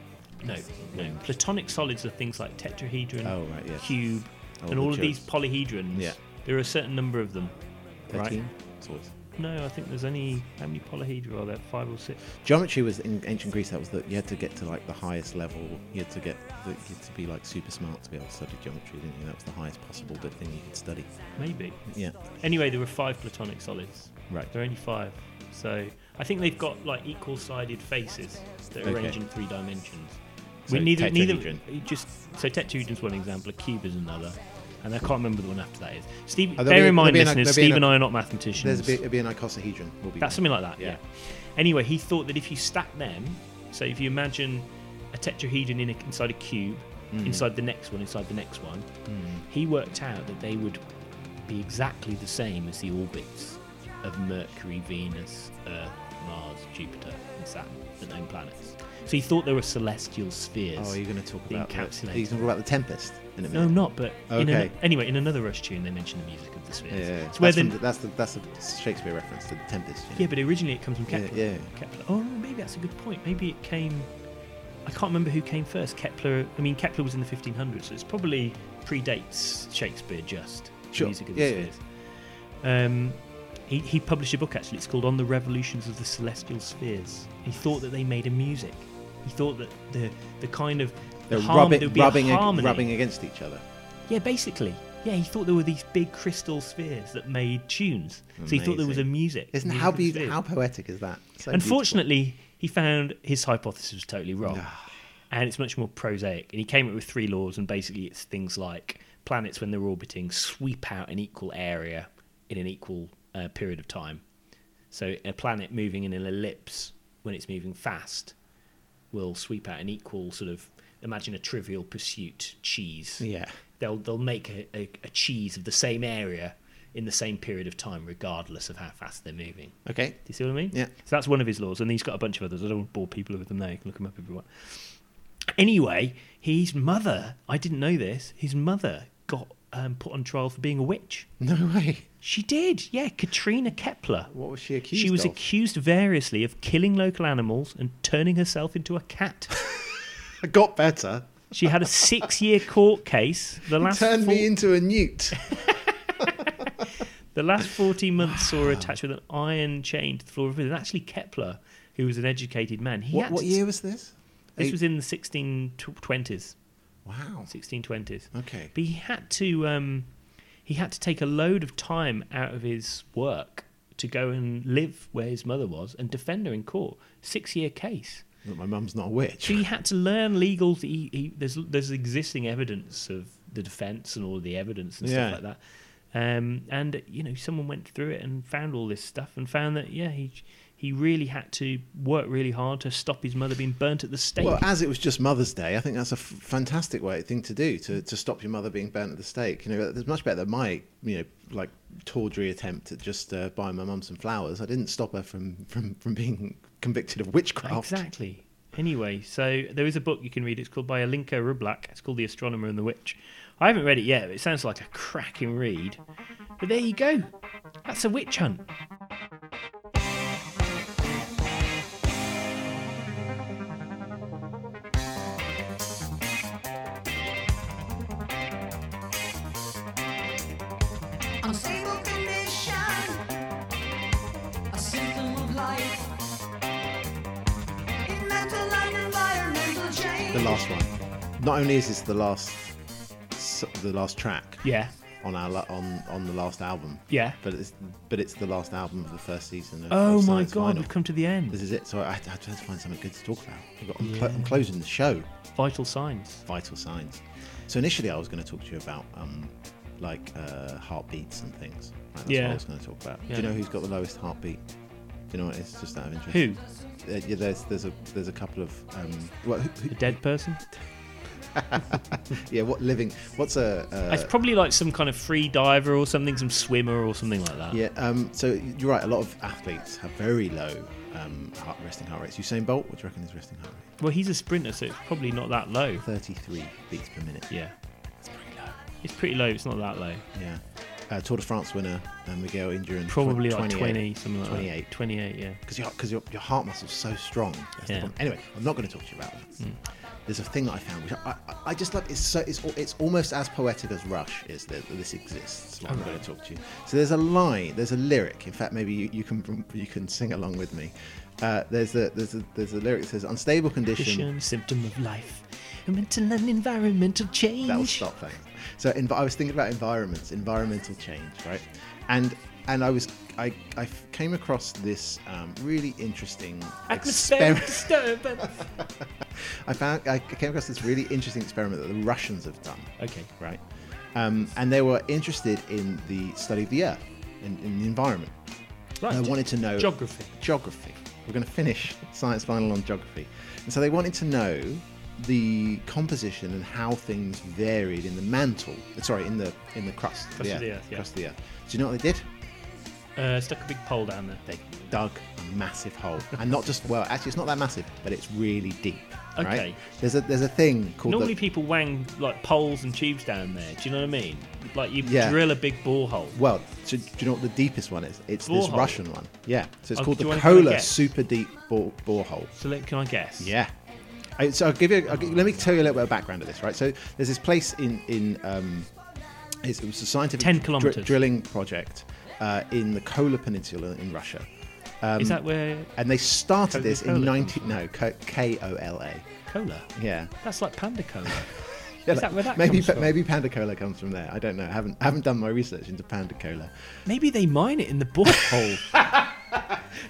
S4: No, no. Platonic solids are things like tetrahedron,
S3: Oh, right, yes.
S4: cube,
S3: Oh,
S4: and
S3: the
S4: all of these
S3: choice.
S4: polyhedrons.
S3: Yeah.
S4: There are a certain number of them.
S3: 13
S4: Right.
S3: swords.
S4: No, I think there's only how many polyhedra are there? Five or six.
S3: Geometry was in ancient Greece. That was that you had to get to like the highest level. You had to get the, you had to be like super smart to be able to study geometry, didn't you? That was the highest possible bit thing you could study.
S4: Maybe.
S3: Yeah,
S4: Anyway, there were five platonic solids.
S3: Right.
S4: There are only five. So I think they've got like equal sided faces that
S3: Okay.
S4: arrange in three dimensions.
S3: So
S4: We neither neither
S3: tetrahedron.
S4: just so tetrahedron's one example, a cube is another. And I can't remember the one after that is. Steve,
S3: Oh, there'll
S4: bear
S3: be-
S4: in mind,
S3: there'll be an-
S4: listeners,
S3: there'll be
S4: Steve
S3: an-
S4: and I are not mathematicians.
S3: there's a bit, it'd be an icosahedron. Will be
S4: That's something like that, yeah.
S3: Yeah.
S4: Anyway, he thought that if you stack them, so if you imagine a tetrahedron in a, inside a cube,
S3: Mm.
S4: inside the next one, inside the next one, he worked out that they would be exactly the same as the orbits of Mercury, Venus, Earth, Mars, Jupiter, and Saturn, the known planets. So he thought there were celestial sphears.
S3: Oh, you're going to talk
S4: that
S3: about the,
S4: encapsulate
S3: you're gonna talk about the tempest in a
S4: no,
S3: minute.
S4: I'm not. But in
S3: Okay.
S4: an, anyway, in another Rush tune, they mention the music of the spheres.
S3: yeah, yeah, yeah.
S4: It's
S3: That's,
S4: where
S3: from
S4: the-
S3: the, that's the that's the Shakespeare reference to the tempest. you know.
S4: Yeah, but originally it comes from
S3: Yeah,
S4: Kepler.
S3: yeah.
S4: Kepler. Oh, maybe that's a good point. Maybe it came. I can't remember who came first. Kepler. I mean, Kepler was in the 1500s, so it's probably predates Shakespeare. Just the
S3: Sure.
S4: music of the
S3: Yeah, yeah.
S4: spheres. Um, he, he published a book actually. It's called On the Revolutions of the Celestial Spheres. He thought that they made a music. He thought that the the kind of
S3: they're
S4: the harm,
S3: rubbing
S4: there would be
S3: rubbing
S4: a
S3: ag-
S4: harmony.
S3: rubbing against each other.
S4: Yeah, basically. Yeah, he thought there were these big crystal spheres that made tunes. So he thought there was a
S3: Amazing.
S4: music.
S3: Isn't
S4: music
S3: how
S4: of the
S3: be-
S4: spheres.
S3: how poetic is that? So
S4: Unfortunately, he found his hypothesis was totally wrong. and it's much more prosaic. And he came up with three laws, and basically, it's things like planets, when they're orbiting, sweep out an equal area in an equal uh, period of time. So, a planet moving in an ellipse when it's moving fast will sweep out an equal sort of imagine a trivial pursuit cheese.
S3: beautiful. yeah.
S4: They'll, they'll make a, a, a cheese of the same area in the same period of time, regardless of how fast they're moving.
S3: Okay.
S4: Do you see what I mean?
S3: Yeah.
S4: So that's one of his laws, and he's got a bunch of others. I don't want to bore people with them now. You can look them up if you want. Anyway, his mother, I didn't know this, his mother got um, put on trial for being a witch.
S3: No way.
S4: She did, yeah, Katrina Kepler.
S3: What was she accused?
S4: She was
S3: of?
S4: accused variously of killing local animals and turning herself into a cat.
S3: Got better.
S4: She had a six year court case. The last
S3: Turned
S4: four-
S3: me into a newt.
S4: The last 14 months saw her attached with an iron chain to the floor of prison. Actually, Kepler, who was an educated man, he
S3: What,
S4: had
S3: what
S4: to-
S3: year was this?
S4: This
S3: Eight-
S4: was in the 1620s,
S3: Wow.
S4: 1620s.
S3: Okay.
S4: But he had to um, he had to take a load of time out of his work to go and live where his mother was and defend her in court. Six year case.
S3: Look, my mum's not a witch.
S4: So he had to learn legal. He, he, there's there's existing evidence of the defence and all the evidence and
S3: Yeah.
S4: stuff like that. Um, and you know, someone went through it and found all this stuff and found that yeah, he he really had to work really hard to stop his mother being burnt at the stake.
S3: Well, as it was just Mother's Day, I think that's a f- fantastic way thing to do to, to stop your mother being burnt at the stake. You know, it's much better than my you know like tawdry attempt at just uh, buying my mum some flowers. I didn't stop her from from from being convicted of witchcraft.
S4: Exactly. Anyway, so there is a book you can read. It's called by Alinka Rublak. It's called The Astronomer and the Witch. I haven't read it yet. But it sounds like a cracking read. But there you go. That's a witch hunt.
S5: Unstable condition, a symptom of life. In mental and environmental change.
S3: The last one. Not only is this the last s- the last track
S4: Yeah.
S3: on our la- on on the last album,
S4: Yeah.
S3: but it's but it's the last album of the first season. Of,
S4: Oh
S3: of
S4: my
S3: Science
S4: god,
S3: Vinyl.
S4: we've come to the
S3: This
S4: end.
S3: is it. So I, I had to find something good to talk about. I've got, I'm, cl- I'm closing the show.
S4: Vital signs.
S3: vital signs. So initially, I was going to talk to you about um, like uh, heartbeats and things. Like, that's what
S4: Yeah.
S3: I was going to talk about. Do
S4: Yeah.
S3: you know who's got the lowest heartbeat? Do you know what? It's just out of interest.
S4: Who?
S3: Uh, yeah, there's there's a there's a couple of um, well, who,
S4: A
S3: who-
S4: dead person?
S3: yeah, what living? What's a uh,
S4: it's probably like some kind of free diver or something, some swimmer or something like that.
S3: yeah? Um, so you're right. A lot of athletes have very low um, heart, resting heart rates. Usain Bolt, what do you reckon his resting heart rate?
S4: Well, he's a sprinter, so it's probably not that low.
S3: Thirty-three beats per minute.
S4: Yeah.
S3: That's pretty low.
S4: It's pretty low. It's not that low.
S3: Yeah. Uh, Tour de France winner uh, Miguel Indurain. tw-
S4: Probably like
S3: 28.
S4: 20, something like
S3: 28.
S4: that. 28, yeah.
S3: because your, cause your, your heart muscle's so strong. That's the
S4: Yeah. Hmm.
S3: problem. Anyway, I'm not going to talk to you about that. There's a thing that I found which I, I, I just love. It's so it's al- it's almost as poetic as Rush is that that this exists. What I'm going to talk to you. So there's a line, there's a lyric. In fact, maybe you, you can you can sing along with me. Uh, there's a there's a there's a lyric that says unstable condition.
S4: Condition, symptom of life, mental and environmental change.
S3: That'll stop things. So env- I was thinking about environments, environmental change, right? And and I was I, I f- came across this um, really interesting
S4: Atmospheric
S3: experiment-
S4: disturbance.
S3: I found I came across this really interesting experiment that the Russians have done,
S4: okay.
S3: right? Um, and they were interested in the study of the Earth and in the environment.
S4: Right.
S3: And they wanted to know
S4: Geography.
S3: Geography. We're going to finish science final on geography, and so they wanted to know the composition and how things varied in the mantle. Sorry, in the in the crust, of
S4: Crust of the Earth, yeah.
S3: crust of the Earth. Do you know what they did?
S4: Uh, stuck a big pole down there.
S3: They dug a massive hole, and not just well. Actually, it's not that massive, but it's really deep.
S4: Okay.
S3: Right? There's a there's a thing called
S4: Normally,
S3: the,
S4: people wang like poles and tubes down there. Do you know what I mean? Like you
S3: Yeah.
S4: drill a big borehole.
S3: Well, so do you know what the deepest one is? It's this
S4: Borehole.
S3: Russian one. Yeah. So it's
S4: Oh,
S3: called
S4: do you
S3: the
S4: wanna kinda
S3: Kola
S4: guess?
S3: Super Deep bore, Borehole.
S4: So let, can I guess?
S3: Yeah. I, so I'll give you. I'll gi- let me tell you a little bit of background of this, right? So there's this place in in um, it's, it was a scientific
S4: 10
S3: dr-
S4: kilometres.
S3: drilling project uh, in the Kola Peninsula in Russia,
S4: Is
S3: Um,
S4: that where
S3: and they started this in
S4: Coca-Cola.
S3: 19 no K O L A.
S4: cola?
S3: Yeah.
S4: That's like panda cola.
S3: Yeah,
S4: Is that where that
S3: maybe
S4: comes
S3: pa-
S4: from?
S3: maybe Panda Cola comes from there. I don't know. I haven't haven't done my research into Panda Cola.
S4: Maybe they mine it in the borehole.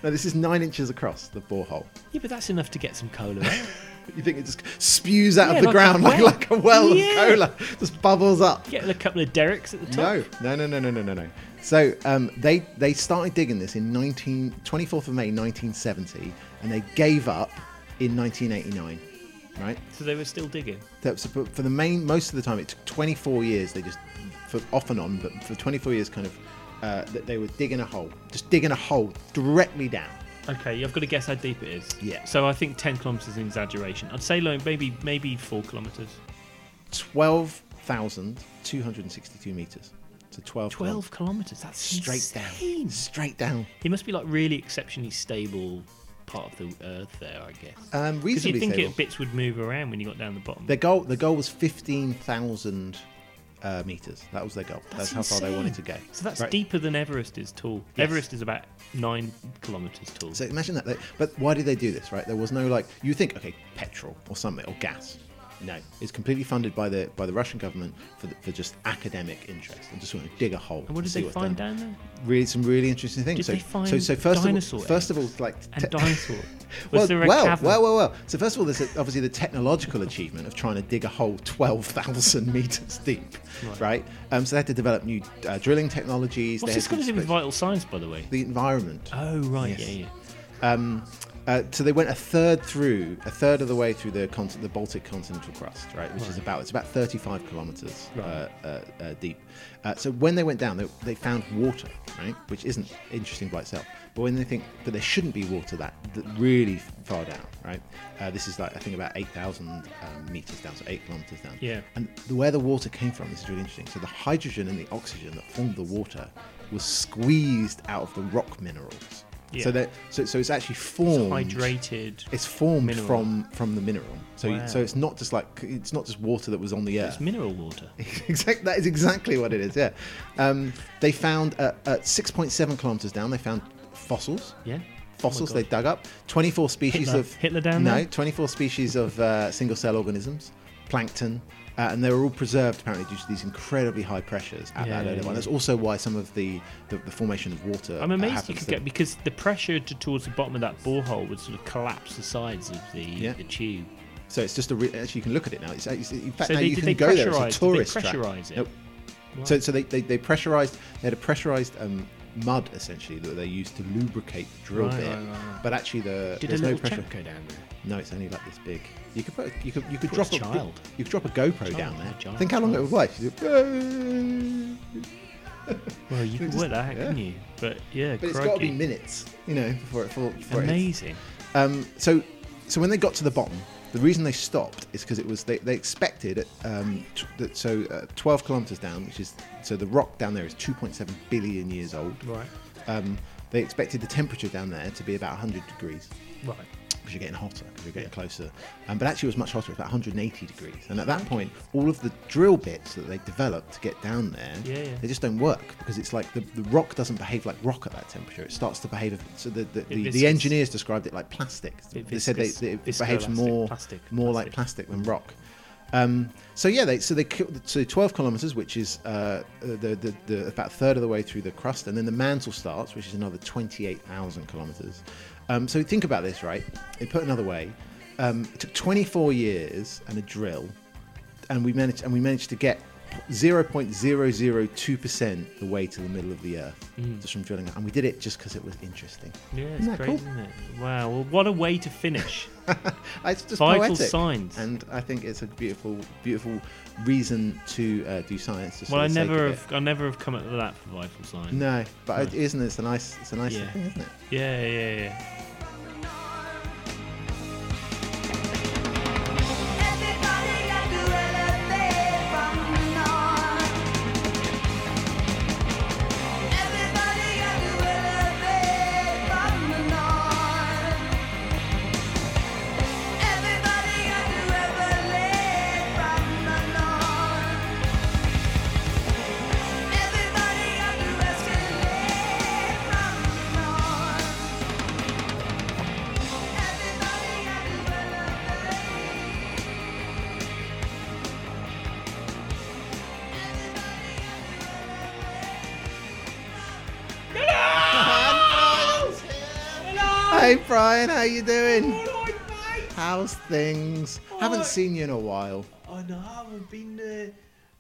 S3: No, this is nine inches across the borehole.
S4: yeah, but that's enough to get some cola. Right?
S3: You think it just spews out
S4: Yeah,
S3: of the
S4: like a
S3: ground like,
S4: well.
S3: like a well
S4: Yeah.
S3: of cola, just bubbles up.
S4: Get a couple of derricks at the top.
S3: No, no, no, no, no, no, no, no. So um, they they started digging this in 19, 24th of May 1970, and they gave up in 1989. Right.
S4: So they were still digging.
S3: That was, for for the main most of the time, it took 24 years. They just for off and on, but for 24 years, kind of uh, that they were digging a hole, just digging a hole directly down.
S4: Okay, I've got to guess how deep it is.
S3: Yeah.
S4: So I think 10 kilometres is an exaggeration. I'd say like maybe maybe 4 kilometres.
S3: 12,262 meters. So 12.
S4: 12 kilometres? That's
S3: straight down.
S4: insane.
S3: Straight down.
S4: It must be like really exceptionally stable part of the earth there, I guess.
S3: Um,
S4: Because you'd
S3: reasonably
S4: think
S3: stable.
S4: it, bits would move around when you got down the bottom.
S3: Their goal, the goal was fifteen thousand uh, meters. That was their goal. That's, how far they wanted to
S4: insane.
S3: go.
S4: So that's
S3: Right.
S4: deeper than Everest is tall.
S3: Yes.
S4: Everest is about 9 kilometres tall.
S3: So imagine that. They, but why did they do this? Right? There was no like. You think okay, petrol or something or gas. No, it's completely funded by the by the Russian government for, the, for just academic interest and just want to dig a hole.
S4: and what did
S3: see
S4: they
S3: what's
S4: find
S3: done.
S4: down there?
S3: Really, some really interesting things.
S4: Did
S3: so,
S4: they find
S3: so, so first
S4: dinosaur
S3: of all, first of all,
S4: eggs
S3: like
S4: And dinosaur. Was
S3: well,
S4: there a
S3: well,
S4: cavern?
S3: well, well, well. So first of all, there's obviously the technological achievement of trying to dig a hole 12,000 meters deep, right? Um, so they had to develop new uh, drilling technologies.
S4: What's
S3: they
S4: this
S3: had
S4: got to do with
S3: spec-
S4: vital signs, by the way?
S3: the environment?
S4: Oh right,
S3: Yes.
S4: yeah, yeah.
S3: Uh, so they went a third through, a third of the way through the conti- the Baltic continental crust, right, which is about it's about 35 kilometers uh, uh, uh, deep. Uh, so when they went down, they, they found water, right, which isn't interesting by itself. But when they think that there shouldn't be water that, that really f- far down, right, uh, this is like I think about 8,000 um, meters down, so eight kilometers down.
S4: Yeah.
S3: And the, where the water came from, this is really interesting. So the hydrogen and the oxygen that formed the water was squeezed out of the rock minerals.
S4: Yeah.
S3: So that so, so it's actually formed
S4: Hydrated.
S3: it's formed
S4: mineral.
S3: from from the mineral. So you- so
S4: Wow.
S3: it's not just like it's not just water that was on the
S4: It's
S3: earth.
S4: mineral water.
S3: Exact. That is exactly what it is. Yeah. Um, they found uh, at 6.7 kilometers down. They found fossils.
S4: Yeah.
S3: Fossils
S4: Oh my
S3: they
S4: God.
S3: dug up. 24 species
S4: Hitler.
S3: of
S4: Hitler down
S3: no
S4: there?
S3: 24 species of uh, single cell organisms, plankton. Uh, and they were all preserved apparently due to these incredibly high pressures at
S4: Yeah, yeah,
S3: that low level.
S4: yeah.
S3: And that's also why some of the, the, the formation of water.
S4: I'm
S3: uh,
S4: amazed you
S3: happens
S4: could
S3: there.
S4: get because the pressure to, towards the bottom of that borehole would sort of collapse the sides of the,
S3: Yeah.
S4: the tube.
S3: So it's just a re- actually you can look at it now. It's, it's in fact
S4: So
S3: now
S4: they-
S3: you
S4: did
S3: can
S4: they
S3: go there
S4: pressurise-
S3: as
S4: did
S3: a
S4: they
S3: tourist track.
S4: pressurise it?
S3: Nope. So so they, they, they pressurized they had a pressurized um, mud essentially that they used to lubricate the drill
S4: Right,
S3: bit.
S4: right, right, right.
S3: But actually the
S4: Did
S3: there's
S4: a little
S3: no pressure.
S4: chap go down there?
S3: No, it's only like this big. You could put a- you could you could
S4: Poor
S3: drop a,
S4: child.
S3: you could drop a GoPro down
S4: Child,
S3: there.
S4: a giant
S3: Think how long it
S4: child.
S3: would last. You do,
S4: Well, you could
S3: just-
S4: work that, out, couldn't you? But yeah,
S3: But it's
S4: crikey.
S3: got to be minutes, you know, before it fall. Before it hits.
S4: amazing.
S3: Um, so, so when they got to the bottom, the reason they stopped is because it was they, they expected um, t- that so uh, 12 kilometers down, which is so the rock down there is 2.7 billion years old.
S4: Right,
S3: Um, they expected the temperature down there to be about 100 degrees
S4: right.
S3: because you're getting hotter, because you're getting closer. Um, but actually, it was much hotter, it was about 180 degrees. And at that point, all of the drill bits that they developed to get down there,
S4: Yeah, yeah.
S3: they just don't work because it's like the, the rock doesn't behave like rock at that temperature. It starts to behave. So the, the, the,
S4: viscous.
S3: the engineers described it like plastic.
S4: Bit
S3: They said they,
S4: viscous.
S3: that it behaves
S4: Viscoelastic.
S3: more
S4: Plastic.
S3: more like plastic than rock. Um, so yeah, they so they ki- so 12 kilometers, which is uh, the, the, the about a third of the way through the crust, and then the mantle starts, which is another 28,000 kilometers. Um, so think about this, right? It put another way, um, it took 24 years and a drill, and we managed and we managed to get 0.002 percent the way to the middle of the Earth just from drilling, and we did it just because it was interesting.
S4: Yeah, it's
S3: Isn't that
S4: great,
S3: cool?
S4: isn't it? Wow, well, what a way to finish.
S3: Uh, It's just
S4: Vital
S3: poetic.
S4: signs.
S3: and I think it's a beautiful, beautiful reason to uh, do science. Just
S4: well,
S3: for
S4: I
S3: the sake
S4: never
S3: of it.
S4: have, I never have come up with that for vital signs.
S3: No, but it
S4: No.
S3: isn't. It's a nice. It's a nice
S4: Yeah.
S3: thing, isn't it?
S4: Yeah, yeah, yeah.
S5: Everybody got to elevate from the north. Everybody got to elevate from the north. Everybody got to elevate from the north. Everybody got to escalate from the north. Everybody got to
S3: Hey Brian, how you doing? How's things? Haven't seen you in a while.
S1: I know. I've been, uh,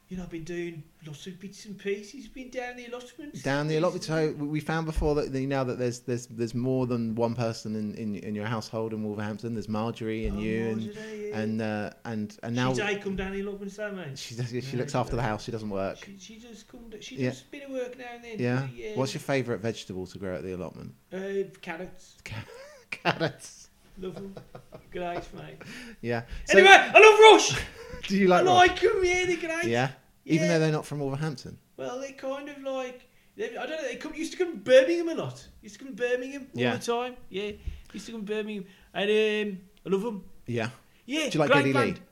S1: you know, I've been doing lots of bits and pieces. Been down the allotments.
S3: Down the allotment. So we we found before that the, now that there's there's there's more than one person in, in, in your household in Wolverhampton. There's Marjorie and you
S1: Oh, Marjorie,
S3: and
S1: yeah.
S3: and uh, and and now
S1: Today, come down the allotments, though, mate.
S3: she does, she looks after the house. She doesn't work.
S1: She, she does come. She
S3: Yeah.
S1: does a bit of work now and then.
S3: Yeah.
S1: yeah.
S3: What's your favourite vegetable to grow at the allotment?
S1: uh, carrots?
S3: Carrots.
S1: Love them. great, mate.
S3: Yeah. So,
S1: Anyway, I love Rush.
S3: do you like?
S1: I
S3: raw-
S1: like them. Yeah, they're great.
S3: Yeah. Even
S1: Yeah.
S3: though they're not from Wolverhampton.
S1: Well, they kind of like they, I don't know. They come, used to come to Birmingham a lot. Used to come to Birmingham all
S3: Yeah.
S1: the time. Yeah, used to come to Birmingham, and um, I love them.
S3: Yeah.
S1: Yeah,
S3: Do you like
S1: great
S3: Geddy
S1: band.
S3: Lee?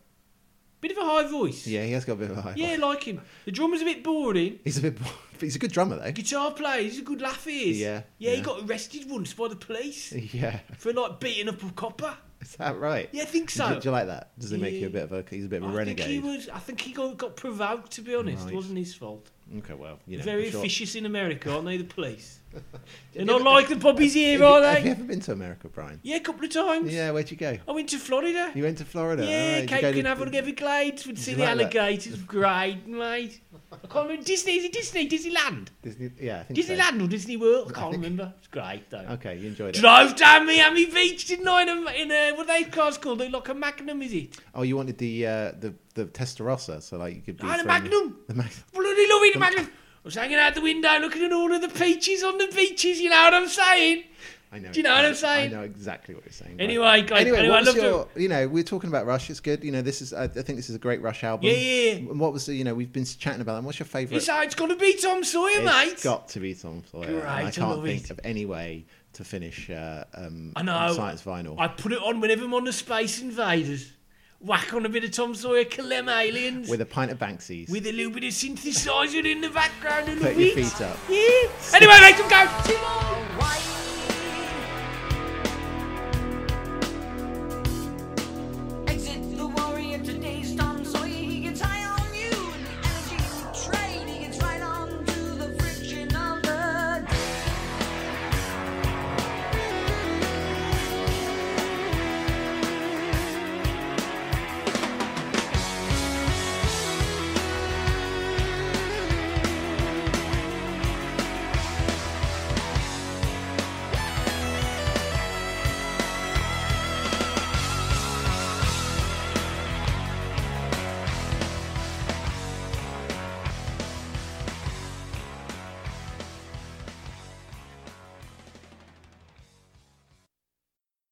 S1: Bit of a high voice.
S3: Yeah, he has got a bit of a high.
S1: yeah,
S3: voice.
S1: like him. The drummer's a bit boring.
S3: He's a bit. but He's a good drummer though.
S1: Guitar player, he's a good laugh. He is.
S3: Yeah,
S1: yeah. he
S3: yeah.
S1: got arrested once by the police
S3: Yeah.
S1: for like beating up a copper.
S3: Is that right?
S1: Yeah, I think so.
S3: Do, you- do you like that? Does it make you a
S1: Yeah.
S3: bit of a? He's a bit of a
S1: I
S3: renegade.
S1: think he was. I think he got, got provoked. To be honest,
S3: Right.
S1: it wasn't his fault.
S3: Okay, well, you know,
S1: Very
S3: for sure.
S1: officious in America, aren't they? The police. They're
S3: Have
S1: not
S3: you
S1: like the puppies
S3: ever-
S1: here,
S3: have
S1: are
S3: you- Have you
S1: they?
S3: ever been to America, Brian?
S1: Yeah, a couple of times.
S3: Yeah, where'd you go?
S1: I went to Florida.
S3: You went to Florida.
S1: Yeah,
S3: alright,
S1: Cape
S3: you go to-
S1: Canaveral, Everglades. We'd see
S3: you
S1: the
S3: like that?
S1: alligators. Great, mate. I can't remember. Disney, is it Disney? Disneyland?
S3: Disney, yeah, I think so.
S1: Disneyland or Disney World? I can't
S3: think-
S1: remember. It's great, though.
S3: Okay, you enjoyed it.
S1: Drove down Miami Beach, didn't I? In a, in a what are they cars called? They're like a Magnum, is it?
S3: Oh, you wanted the uh, the the Testarossa, so like you could. Be
S1: Ah, the
S3: from-
S1: Magnum.
S3: The Mag-
S1: Bloody love it, the Magnum. I was hanging out the window looking at all of the peaches on the beaches, you know what I'm saying?
S3: I know.
S1: Do you know what I'm
S3: exactly-
S1: saying?
S3: I know exactly what you're saying.
S1: Anyway,
S3: right.
S1: guys, anyway, I
S3: what was
S1: love to-
S3: your? You know, we're talking about Rush. It's good. You know, this is. I, I think this is a great Rush album.
S1: Yeah, yeah, yeah.
S3: And what was the? You know, we've been chatting about them. What's your favorite?
S1: It's, it's got to be Tom Sawyer, mate.
S3: It's got to be Tom Sawyer. and
S1: Great,
S3: I
S1: I
S3: can't
S1: love
S3: think
S1: it.
S3: of any way to finish uh, um,
S1: I know.
S3: Science Vinyl.
S1: I put it on whenever I'm on the Space Invaders. Whack on a bit of Tom Sawyer, Clem Aliens.
S3: with a pint of Banksy's.
S1: with a little bit of synthesizer in the background and a
S3: Put your
S1: bit.
S3: feet up.
S1: Yeah. Anyway, let them go. See you later.